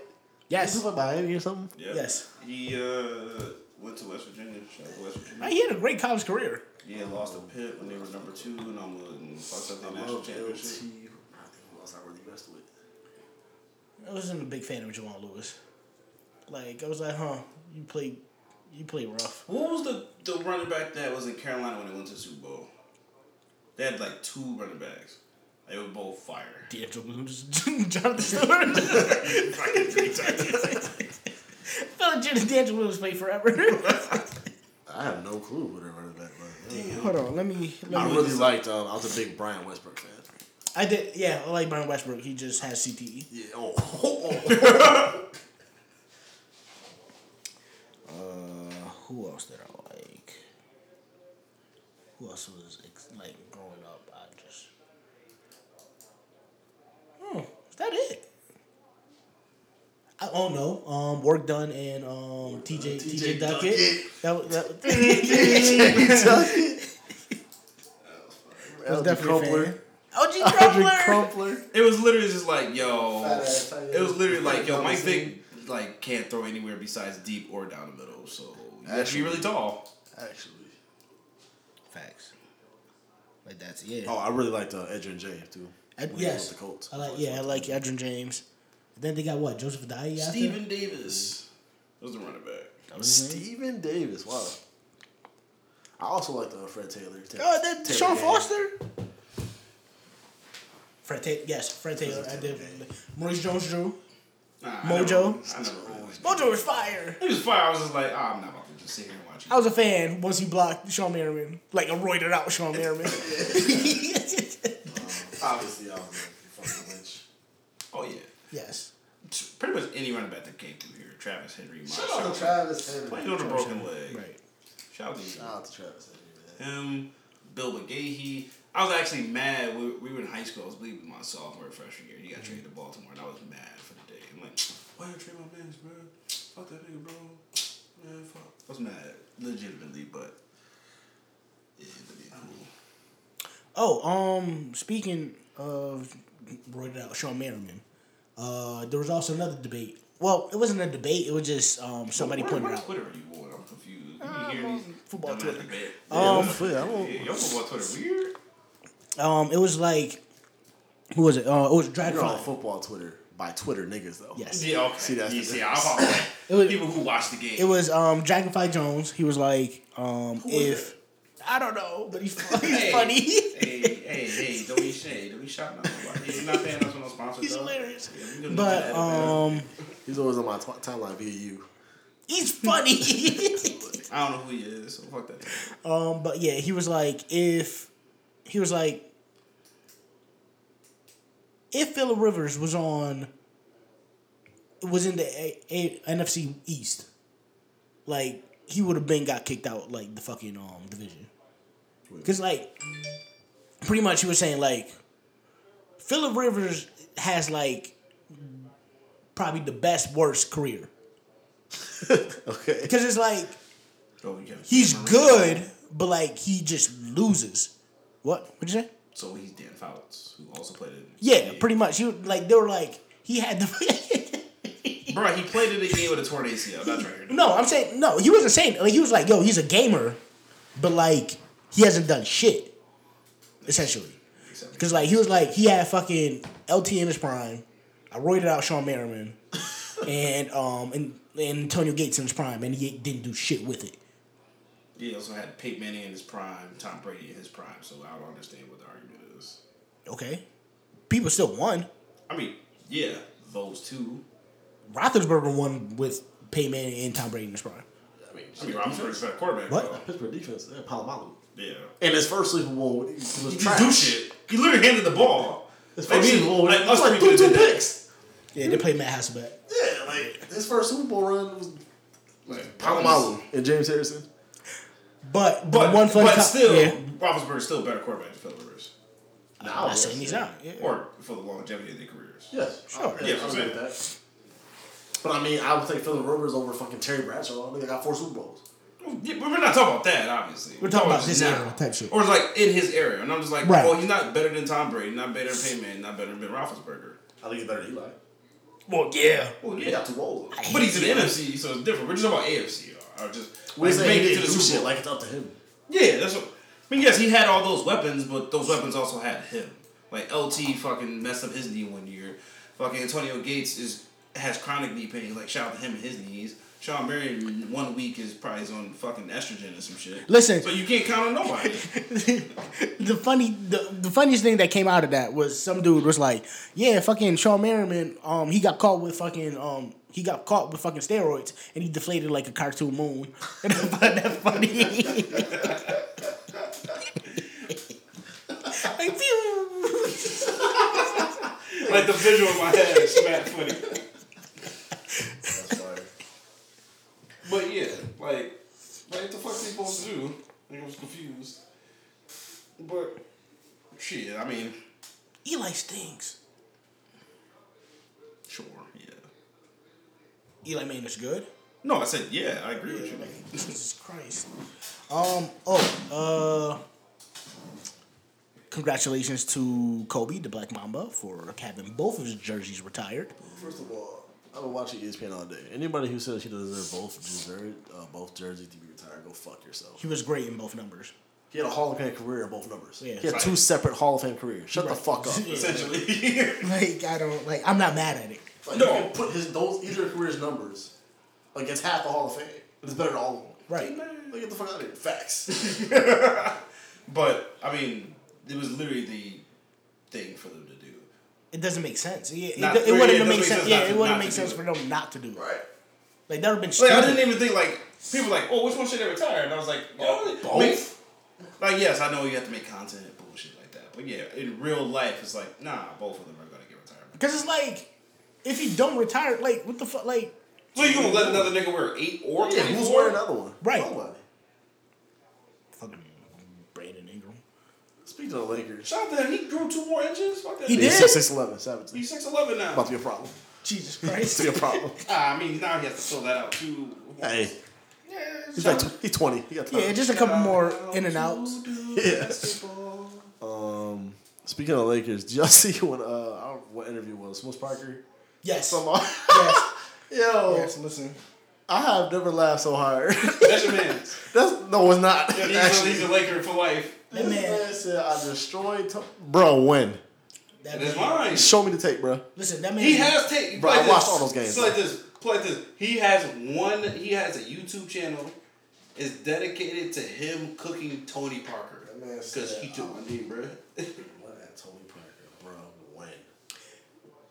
Speaker 7: He
Speaker 5: Yes.
Speaker 7: from Miami or something?
Speaker 6: Yeah.
Speaker 5: Yes.
Speaker 6: He uh, went to West Virginia. Shout out to West Virginia.
Speaker 5: He had a great college career.
Speaker 6: Yeah, lost to Pitt when they were number two and almost and fucked up the national championship.
Speaker 7: who else I really messed with.
Speaker 5: I wasn't a big fan of Jamal Lewis. Like I was like, huh, you play, you play rough.
Speaker 6: What was the the running back that was in Carolina when they went to the Super Bowl? They had like two running backs. They were both fire.
Speaker 5: D'Angelo Bloom, Jonathan Stewart.
Speaker 6: Fucking three times.
Speaker 5: Felt like Jimmy D'Angelo Williams played forever.
Speaker 7: I have no clue who their running back was.
Speaker 5: Hold on, let me. Let
Speaker 7: I
Speaker 5: me
Speaker 7: really liked. Um, I was a big Brian Westbrook fan.
Speaker 5: I did. Yeah, I like Brian Westbrook. He just has E. CTE.
Speaker 7: Yeah. Oh. oh,
Speaker 5: Uh, who else did I like? Who else was ex- like growing up? I just. Hmm, is that it? I don't know. Um, work done and um, TJ TJ Duckett. That was that.
Speaker 7: oh.
Speaker 5: was definitely a fan. OG
Speaker 7: Aldrich
Speaker 5: Crumpler.
Speaker 7: Crumpler.
Speaker 6: It was literally just like yo.
Speaker 7: ass tight
Speaker 6: It was literally like yo.
Speaker 7: end.
Speaker 6: Mike Vick like can't throw anywhere besides deep or down the middle. So you have to be
Speaker 7: Actually.
Speaker 6: really tall.
Speaker 7: Actually.
Speaker 5: Facts. Like that's yeah.
Speaker 7: Oh, I really liked uh, Edger and Jay too.
Speaker 5: Ed-
Speaker 7: When he was
Speaker 5: yes.
Speaker 7: with the Colts.
Speaker 5: I like yeah, I like Edrin James. Then they got what? Joseph Adai after?
Speaker 6: Steven Davis was the running back.
Speaker 5: That was his name?
Speaker 7: Steven Davis. Wow. I also liked uh, Fred Taylor.
Speaker 5: Oh, that
Speaker 7: Taylor
Speaker 5: Sean
Speaker 7: Gay.
Speaker 5: Foster? Fred Taylor, yes, Fred Taylor. I did. Maurice Jones-Drew.
Speaker 6: Nah, I
Speaker 5: Mojo.
Speaker 6: never- I never really liked him.
Speaker 5: Mojo was fire.
Speaker 6: He was fire. I was just like, ah, I'm not about to just sit here and watch you.
Speaker 5: I was a fan once he blocked Sean Merriman, like a roided out Sean Merriman.
Speaker 7: Obviously, I don't know. Fucking Lynch.
Speaker 6: oh yeah.
Speaker 5: yes,
Speaker 6: T- Pretty much any running back that came through here, Travis Henry,
Speaker 7: Shout out to
Speaker 6: Marshawn,
Speaker 7: Travis Henry.
Speaker 6: played on a broken leg.
Speaker 5: right.
Speaker 6: Shout out
Speaker 7: Shout
Speaker 6: to
Speaker 7: out to Travis Henry, man.
Speaker 6: him, Bill McGahee. I was actually mad. We, we were in high school. I was believing my sophomore and freshman year. He got traded to Baltimore, and I was mad for the day. I'm like, why you trade my man, bro? Fuck that nigga, bro. Man, fuck. I was mad, legitimately, but yeah, but yeah, cool.
Speaker 5: Oh, um, speaking of roided out Sean Merriman, uh, there was also another debate. Well, it wasn't a debate. It was just um somebody
Speaker 6: What-
Speaker 5: pointed
Speaker 6: what
Speaker 5: it out.
Speaker 6: Twitter are you on? I'm confused. You hear these
Speaker 5: football
Speaker 6: dumbass
Speaker 5: Twitter.
Speaker 6: debate-
Speaker 5: Um,
Speaker 6: Yeah, your football Twitter weird.
Speaker 5: Um, it was like, who was it? Uh, it was Drag
Speaker 7: You're on
Speaker 5: Fly.
Speaker 7: football Twitter by Twitter niggas though.
Speaker 5: Yes.
Speaker 6: Yeah, okay.
Speaker 7: See, that's
Speaker 6: you
Speaker 7: the
Speaker 6: see, I'm
Speaker 7: difference.
Speaker 6: all like,
Speaker 5: It was-
Speaker 6: people who watch the game.
Speaker 5: It was um Dragonfly Jones. He was like, um,
Speaker 6: was
Speaker 5: if I don't know, but he's, fun- he's
Speaker 6: Hey.
Speaker 5: funny.
Speaker 6: hey, hey, hey, don't be shade. Don't be shouting out nobody. He's not paying us for no sponsors.
Speaker 5: he's
Speaker 6: though.
Speaker 5: hilarious.
Speaker 6: Yeah, we gonna do
Speaker 5: But
Speaker 6: that, man.
Speaker 5: um,
Speaker 7: He's always on my t- timeline via you.
Speaker 5: he's funny.
Speaker 6: I don't know who he is, so fuck that.
Speaker 5: um, but yeah, he was like, if he was like, if Phillip Rivers was on was in the A- A- NFC East, like he would have been got kicked out like the fucking um division, because like pretty much he was saying like Philip Rivers has like probably the best worst career
Speaker 7: Okay.
Speaker 5: because it's like
Speaker 6: So you have
Speaker 5: he's
Speaker 6: Marino.
Speaker 5: good but like he just loses. What? What'd you say?
Speaker 6: So he's Dan Fouts, who also played it.
Speaker 5: Yeah, pretty much. He was- like they were like he had the.
Speaker 6: Bro, he played it again with a torn ACL. That's right.
Speaker 5: No, I'm saying no. He wasn't saying like he was like, yo, he's a gamer, but like he hasn't done shit, essentially. Because like he was like he had fucking LT in his prime. I roided out Sean Merriman, and um and, and Antonio Gates in his prime, and he didn't do shit with it.
Speaker 6: He also had Peyton Manning in his prime, Tom Brady in his prime. So I don't understand what the argument is.
Speaker 5: Okay, people still won.
Speaker 6: I mean, yeah, those two.
Speaker 5: Roethlisberger won with Peyton Manning and Tom Brady in his prime.
Speaker 7: I mean,
Speaker 6: I mean, Roethlisberger's a better quarterback.
Speaker 5: What?
Speaker 6: though.
Speaker 7: Pittsburgh defense, they're Palomalu.
Speaker 6: Yeah.
Speaker 7: And his first sleeping bowl he was
Speaker 6: He just
Speaker 7: trash.
Speaker 6: do shit. He literally handed the ball.
Speaker 7: His
Speaker 6: Like,
Speaker 7: first
Speaker 6: me-
Speaker 7: Super Bowl,
Speaker 6: like,
Speaker 7: it
Speaker 6: us
Speaker 7: was
Speaker 6: three
Speaker 7: like two,
Speaker 6: could've
Speaker 7: two
Speaker 6: did that.
Speaker 7: picks.
Speaker 5: Yeah, they played Matt Hasselbeck.
Speaker 7: Yeah, like his first Super Bowl run was
Speaker 6: Like,
Speaker 7: Palomalu and James Harrison.
Speaker 5: But
Speaker 6: But,
Speaker 5: one funny
Speaker 6: but
Speaker 5: co-
Speaker 6: still,
Speaker 5: yeah.
Speaker 6: Roethlisberger's still a better quarterback than Philip Rivers.
Speaker 7: Now
Speaker 5: I'm not saying he's not. Yeah.
Speaker 6: Or for the longevity of their careers.
Speaker 7: Yes,
Speaker 5: Sure.
Speaker 7: I,
Speaker 6: Yeah,
Speaker 7: yeah, I
Speaker 6: I'm
Speaker 7: agree
Speaker 6: saying.
Speaker 7: with that. But I mean, I would take Philip Rivers over fucking Terry Bradshaw. I think I got four Super Bowls.
Speaker 6: Yeah, but we're not talking about that, obviously.
Speaker 5: We're talking about
Speaker 6: just
Speaker 5: his
Speaker 6: now.
Speaker 5: era type shit.
Speaker 6: Or like in his era. And I'm just like,
Speaker 5: Right.
Speaker 6: well, he's not better than Tom Brady, not better than Peyton Manning, not better than Ben Roethlisberger.
Speaker 7: I think he's better than Eli.
Speaker 5: Well, yeah.
Speaker 6: Well,
Speaker 7: He
Speaker 6: yeah.
Speaker 7: got two bowls.
Speaker 6: But he's in the NFC, so it's different. We're just talking about AFC. Or, or just
Speaker 7: We
Speaker 6: like,
Speaker 7: say
Speaker 6: make
Speaker 7: he
Speaker 6: it to the
Speaker 7: didn't do
Speaker 6: Super
Speaker 7: shit
Speaker 6: Bowl.
Speaker 7: like it's up to him.
Speaker 6: Yeah, that's what. I mean, yes, he had all those weapons, but those weapons also had him. Like LT fucking messed up his knee one year. Fucking Antonio Gates is has chronic knee pain. Like shout out to him and his knees. Sean Berry in one week is probably is on fucking estrogen or some shit.
Speaker 5: Listen.
Speaker 6: so you can't count on nobody.
Speaker 5: the funny the, the funniest thing that came out of that was some dude was like, Yeah, fucking Sean Merriman, um, he got caught with fucking um he got caught with fucking steroids and he deflated like a cartoon moon. And I found that funny. Like, phew.
Speaker 6: like the visual in my head is mad funny.
Speaker 7: That's why.
Speaker 6: But yeah, like, like what the fuck they supposed to do? Like, I was confused. But shit, I mean,
Speaker 5: Eli stinks.
Speaker 6: sure, yeah.
Speaker 5: Eli Manning is good.
Speaker 6: No, I said yeah. I agree with you.
Speaker 5: Jesus Christ. Um. Oh. Uh. Congratulations to Kobe, the Black Mamba, for having both of his jerseys retired.
Speaker 7: First of all, I've been watching ESPN all day. Anybody who says he deserves both deserve uh, both jerseys to be retired, go fuck yourself.
Speaker 5: He was great in both numbers.
Speaker 7: He had a Hall of Fame career in both numbers.
Speaker 5: Yeah.
Speaker 7: he had two separate Hall of Fame careers. Shut the fuck up.
Speaker 5: Yeah.
Speaker 6: Essentially.
Speaker 5: Like I don't like. I'm not mad at it.
Speaker 7: Like,
Speaker 6: No.
Speaker 7: you can put his those either career's numbers against half the Hall of Fame. It's better than all of them.
Speaker 5: Right.
Speaker 7: Like, get the fuck out of here. Facts.
Speaker 6: But I mean, it was literally the thing for them to do.
Speaker 5: It doesn't make sense. Yeah, It,
Speaker 6: Not- yeah,
Speaker 5: it,
Speaker 6: it
Speaker 5: wouldn't
Speaker 6: doesn't
Speaker 5: make
Speaker 6: make
Speaker 5: sense.
Speaker 6: sense
Speaker 5: Yeah,
Speaker 6: not
Speaker 5: it
Speaker 6: to-
Speaker 5: wouldn't
Speaker 6: not
Speaker 5: make
Speaker 6: to
Speaker 5: sense
Speaker 6: do
Speaker 5: for
Speaker 6: it.
Speaker 5: them not to do it.
Speaker 7: right.
Speaker 5: Like that would have been
Speaker 6: Like
Speaker 5: stupid.
Speaker 6: I didn't even think like people were like, oh, which one should they retire? And I was like, oh, both. Like yes, I know you have to make content and bullshit like that, but yeah, in real life, it's like nah, both of them are gonna get retired.
Speaker 5: Because it's like, if you don't retire, like what the fuck, like
Speaker 6: So you gonna let another nigga wear eight or
Speaker 7: Yeah,
Speaker 6: twenty
Speaker 7: who's
Speaker 6: four?
Speaker 7: wearing another one?
Speaker 5: Right.
Speaker 7: Nobody.
Speaker 5: fucking Brandon Ingram.
Speaker 7: Speaking of the Lakers,
Speaker 6: Shout out to him. He grew two more inches. Fuck that.
Speaker 5: He
Speaker 6: nigga.
Speaker 5: did?
Speaker 7: he's six six eleven, savage.
Speaker 6: He's six eleven now.
Speaker 7: About to be a problem.
Speaker 5: Jesus
Speaker 7: It's
Speaker 5: Christ.
Speaker 7: to be a problem.
Speaker 6: Ah, I mean, now he has to fill that out too.
Speaker 7: hey,
Speaker 6: Yeah,
Speaker 7: he's like tw- he's twenty. He got time.
Speaker 5: yeah, just a couple more in and outs.
Speaker 7: Yeah. Speaking of Lakers, did y'all see when uh I don't know what interview it was Smush Parker?
Speaker 5: Yes.
Speaker 7: Somehow-
Speaker 5: yes.
Speaker 7: Yo,
Speaker 5: Yes, listen.
Speaker 7: I have never laughed so hard.
Speaker 6: That's your man.
Speaker 7: That's no, it's not.
Speaker 6: He's, a,
Speaker 7: actually.
Speaker 6: he's a Laker for life.
Speaker 5: That
Speaker 7: This
Speaker 5: man,
Speaker 7: man said I destroyed. Tom-" bro, when?
Speaker 5: that
Speaker 6: And it's
Speaker 5: man,
Speaker 6: mine.
Speaker 7: Show me the tape, bro.
Speaker 5: listen, that man,
Speaker 6: He has tape.
Speaker 7: Bro,
Speaker 6: play
Speaker 7: I
Speaker 6: this.
Speaker 7: watched all those games.
Speaker 6: Play this. Play this. He has one. He has a YouTube channel. It's dedicated to him cooking Tony Parker
Speaker 7: man
Speaker 6: because
Speaker 7: said,
Speaker 6: he took my knee, bro.
Speaker 7: What at Tony Parker, bro? When?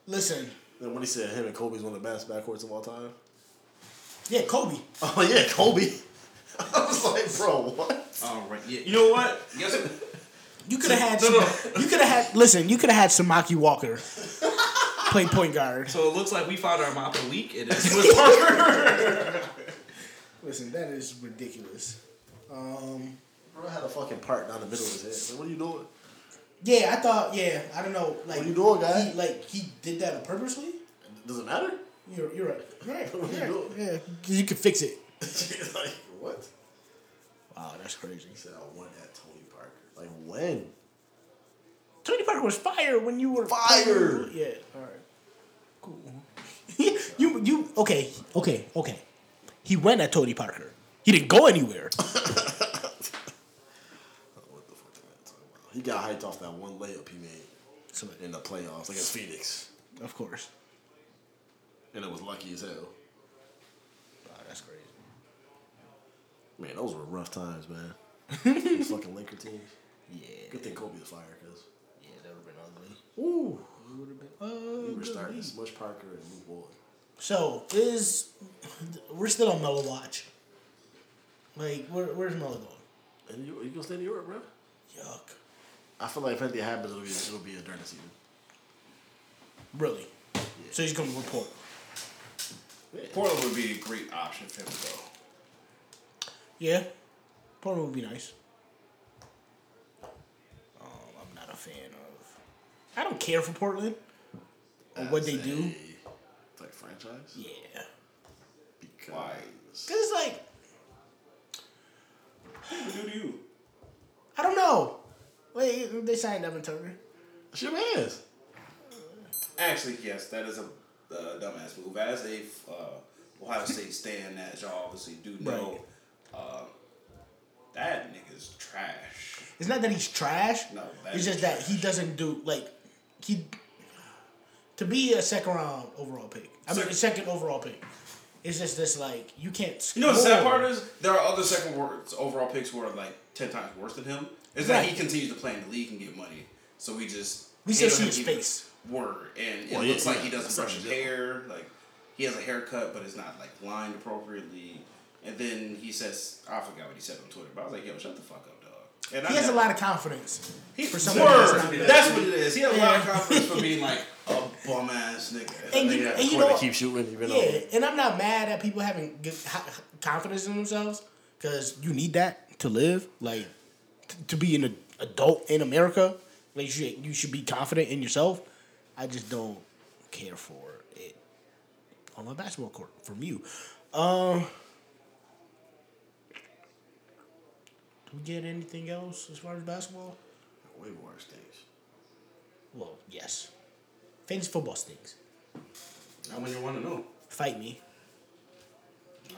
Speaker 5: listen.
Speaker 7: Then when he said him and Kobe's one of the best backcourts of all time.
Speaker 5: Yeah, Kobe.
Speaker 7: Oh yeah, Kobe. I was like, bro, what?
Speaker 6: All Oh, right. Yeah. You know what? Yes.
Speaker 5: You could have had,
Speaker 6: No, no.
Speaker 5: you could have had. Listen, you could have had Samaki Walker playing point guard.
Speaker 6: So it looks like we found our mop of the week. It is Swiss Parker.
Speaker 5: Listen, that is ridiculous. Um,
Speaker 7: Bro had a fucking part down the middle of his head. Like, what are you doing?
Speaker 5: yeah, I thought. Yeah, I don't know. Like
Speaker 7: What you doing, guy?
Speaker 5: He, like he did that purposely.
Speaker 7: Does it matter?
Speaker 5: You're, you're right. You're right.
Speaker 7: What are you
Speaker 5: You're right.
Speaker 7: doing?
Speaker 5: Yeah, 'cause you can fix it.
Speaker 7: like, what?
Speaker 5: Wow, that's crazy.
Speaker 7: He said, I won at Tony Parker. Like, when?
Speaker 5: Tony Parker was fire when you were
Speaker 7: Fire!
Speaker 5: Yeah. All right. Cool. you you okay okay okay. He went at Tony Parker. He didn't go anywhere.
Speaker 7: What the fuck am I talking about? He got hyped off that one layup he made
Speaker 5: So,
Speaker 7: in the playoffs against Phoenix.
Speaker 5: of course.
Speaker 7: And it was lucky as hell.
Speaker 5: Wow, that's crazy.
Speaker 7: Man, those were rough times, man. Those fucking Laker teams.
Speaker 5: Yeah.
Speaker 7: Good thing Kobe was fired, because
Speaker 5: Yeah, that would have been ugly.
Speaker 7: we were starting Smush Parker and Luke Ward.
Speaker 5: So is we're still on Mellow Watch. Like where, where's Mellow going?
Speaker 7: And you, you gonna stay in New York, bro?
Speaker 5: Yuck.
Speaker 7: I feel like if anything happens, it'll be it'll be during the season.
Speaker 5: Really? So he's gonna report.
Speaker 6: Portland would be a great option for him though.
Speaker 5: Yeah. Portland would be nice. Um, I'm not a fan of. I don't care for Portland or what they
Speaker 7: As
Speaker 5: do.
Speaker 7: a, Like franchise?
Speaker 5: Yeah.
Speaker 7: Because
Speaker 6: Why?
Speaker 5: Cause it's like
Speaker 6: What do to you?
Speaker 5: I don't know. Like they signed Evan Turner.
Speaker 7: It's your ass.
Speaker 6: Actually, yes, that is a uh, dumbass move. As a uh, Ohio State stand, that y'all obviously do know,
Speaker 5: Right.
Speaker 6: um, that nigga's trash.
Speaker 5: It's not that he's trash.
Speaker 6: No, that is
Speaker 5: it's just that he doesn't do like he to be a second round overall pick. I mean,
Speaker 6: Sec-
Speaker 5: a second overall pick. It's just this like you can't.
Speaker 6: You know what the sad
Speaker 5: score.
Speaker 6: part is? There are other second words, overall picks who are like ten times worse than him. Is that he
Speaker 5: Right.
Speaker 6: continues to play in the league and get money, so we just
Speaker 5: We still
Speaker 6: handle
Speaker 5: see
Speaker 6: him
Speaker 5: his
Speaker 6: getting-
Speaker 5: face.
Speaker 6: Word, and it
Speaker 7: Well, yeah,
Speaker 6: looks like he
Speaker 7: yeah,
Speaker 6: doesn't
Speaker 7: that's
Speaker 6: brush his
Speaker 7: something
Speaker 6: hair. Like he has a haircut, but it's not like lined appropriately. And then he says, "I forgot what he said on Twitter," but I was like, "Yo, shut the fuck up, dog." And
Speaker 5: He
Speaker 6: I
Speaker 5: has a
Speaker 6: never-
Speaker 5: lot of confidence.
Speaker 6: He,
Speaker 5: for
Speaker 6: for
Speaker 5: somebody that's
Speaker 6: word,
Speaker 5: not good.
Speaker 6: that's what it is. He has a lot of
Speaker 5: Yeah.
Speaker 6: confidence for being like a bum ass nigga.
Speaker 5: And
Speaker 6: Like,
Speaker 5: you,
Speaker 6: yeah.
Speaker 5: and you
Speaker 7: Or
Speaker 5: know
Speaker 7: they
Speaker 5: what?
Speaker 7: keep shooting, even
Speaker 5: Yeah,
Speaker 7: though
Speaker 5: and I'm not mad at people having good, ha- confidence in themselves because you need that to live, like t- to be an a- adult in America. Like you should, you should be confident in yourself. I just don't care for it on my basketball court from you. Um, do we get anything else as far as basketball?
Speaker 7: way worse things.
Speaker 5: Well, yes. Fantasy football stinks.
Speaker 6: I when you want to know.
Speaker 5: Fight me.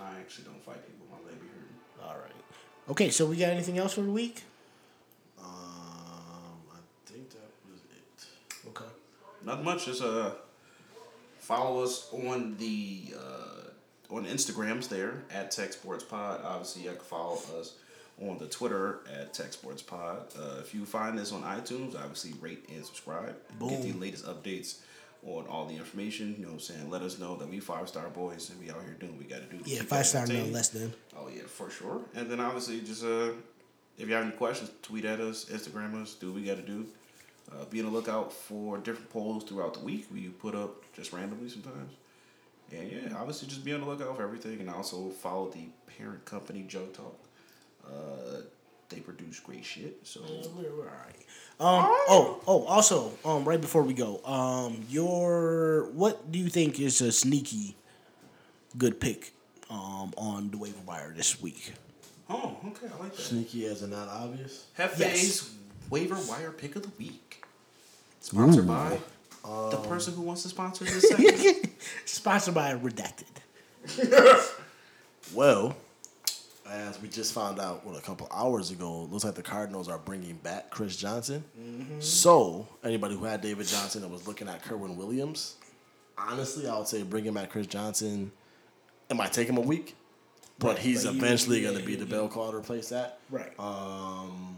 Speaker 6: I actually don't fight people. My leg be hurting.
Speaker 5: All right. Okay, so we got anything else for the week?
Speaker 7: Um, I think that was it.
Speaker 5: Okay.
Speaker 6: Not much. Just uh, follow us on the uh, on Instagrams there at Tech Sports Pod. Obviously, you can follow us on the Twitter at Tech Sports Pod. Uh, if you find this on iTunes, obviously rate and subscribe. Get the
Speaker 5: Boom.
Speaker 6: latest updates on all the information. You know what I'm saying? Let us know that we five star boys and we out here doing what we got to do. to
Speaker 5: Yeah,
Speaker 6: keep
Speaker 5: five
Speaker 6: us
Speaker 5: star no
Speaker 6: entertained.
Speaker 5: less than.
Speaker 6: Oh yeah, for sure. And then obviously just uh, if you have any questions, tweet at us, Instagram us, do what we got to do. Uh, be on the lookout for different polls throughout the week. We put up just randomly sometimes. And yeah, obviously just be on the lookout for everything, and also follow the parent company Joe Talk. Uh, they produce great shit. So
Speaker 5: We're, we're all right. Um. Oh. Oh. Also. Um. Right before we go. Um. Your. What do you think is a sneaky, good pick? Um. On the waiver wire this week.
Speaker 6: oh, okay, I like that.
Speaker 7: Sneaky as and not obvious.
Speaker 6: Hefe's
Speaker 5: Yes.
Speaker 6: waiver wire pick of the week, sponsored by the person who wants to sponsor this segment.
Speaker 5: Sponsored by Redacted.
Speaker 7: Well, as we just found out, what a couple hours ago, looks like the Cardinals are bringing back Chris Johnson. So anybody who had David Johnson and was looking at Kerwin Williams, honestly, I would say bring him at Chris Johnson. It might take him a week, but he's
Speaker 5: but you-
Speaker 7: eventually
Speaker 5: yeah,
Speaker 7: going to be the
Speaker 5: you-
Speaker 7: bell call to replace that.
Speaker 5: Right.
Speaker 7: Um,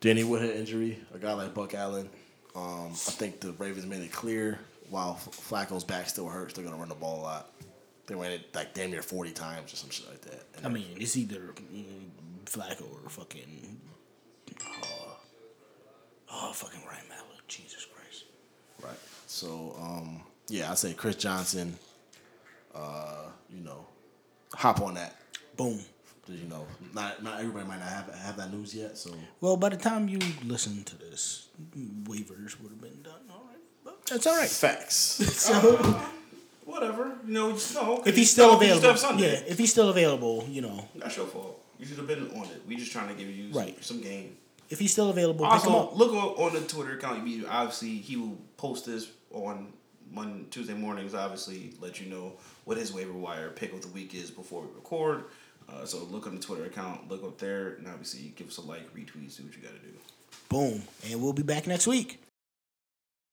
Speaker 7: Danny Woodhead injury, a guy like Buck Allen. Um, I think the Ravens made it clear while F- Flacco's back still hurts, they're going to run the ball a lot. They ran it like damn near 40 times or some shit like that. And
Speaker 5: I mean, it's either mm, Flacco or fucking. Uh, oh, fucking Ryan Mallett. Jesus Christ.
Speaker 7: Right. So um, yeah, I say Chris Johnson. Uh, you know, hop on that.
Speaker 5: Boom.
Speaker 7: You know, not not everybody might not have have that news yet. So
Speaker 5: Well, by the time you listen to this, waivers would have been done already. But that's all right.
Speaker 7: facts.
Speaker 5: So
Speaker 6: Whatever. No, it's- no. 'cause
Speaker 5: if
Speaker 6: you
Speaker 5: he's
Speaker 6: still you still
Speaker 5: still available,
Speaker 6: have Sunday.
Speaker 5: yeah, if he's still available, you know,
Speaker 6: That's your fault. You should have been on it. We just trying to give you some,
Speaker 5: Right.
Speaker 6: some game.
Speaker 5: if he's still available, pick him
Speaker 6: Also,
Speaker 5: up.
Speaker 6: look on, on the Twitter account. immediately. Obviously, he will post this on Monday, Tuesday mornings. Obviously, let you know what his waiver wire pick of the week is before we record. Uh, so look on the Twitter account. Look up there, and obviously give us a like, retweet, do what you got to do.
Speaker 5: Boom, and we'll be back next week.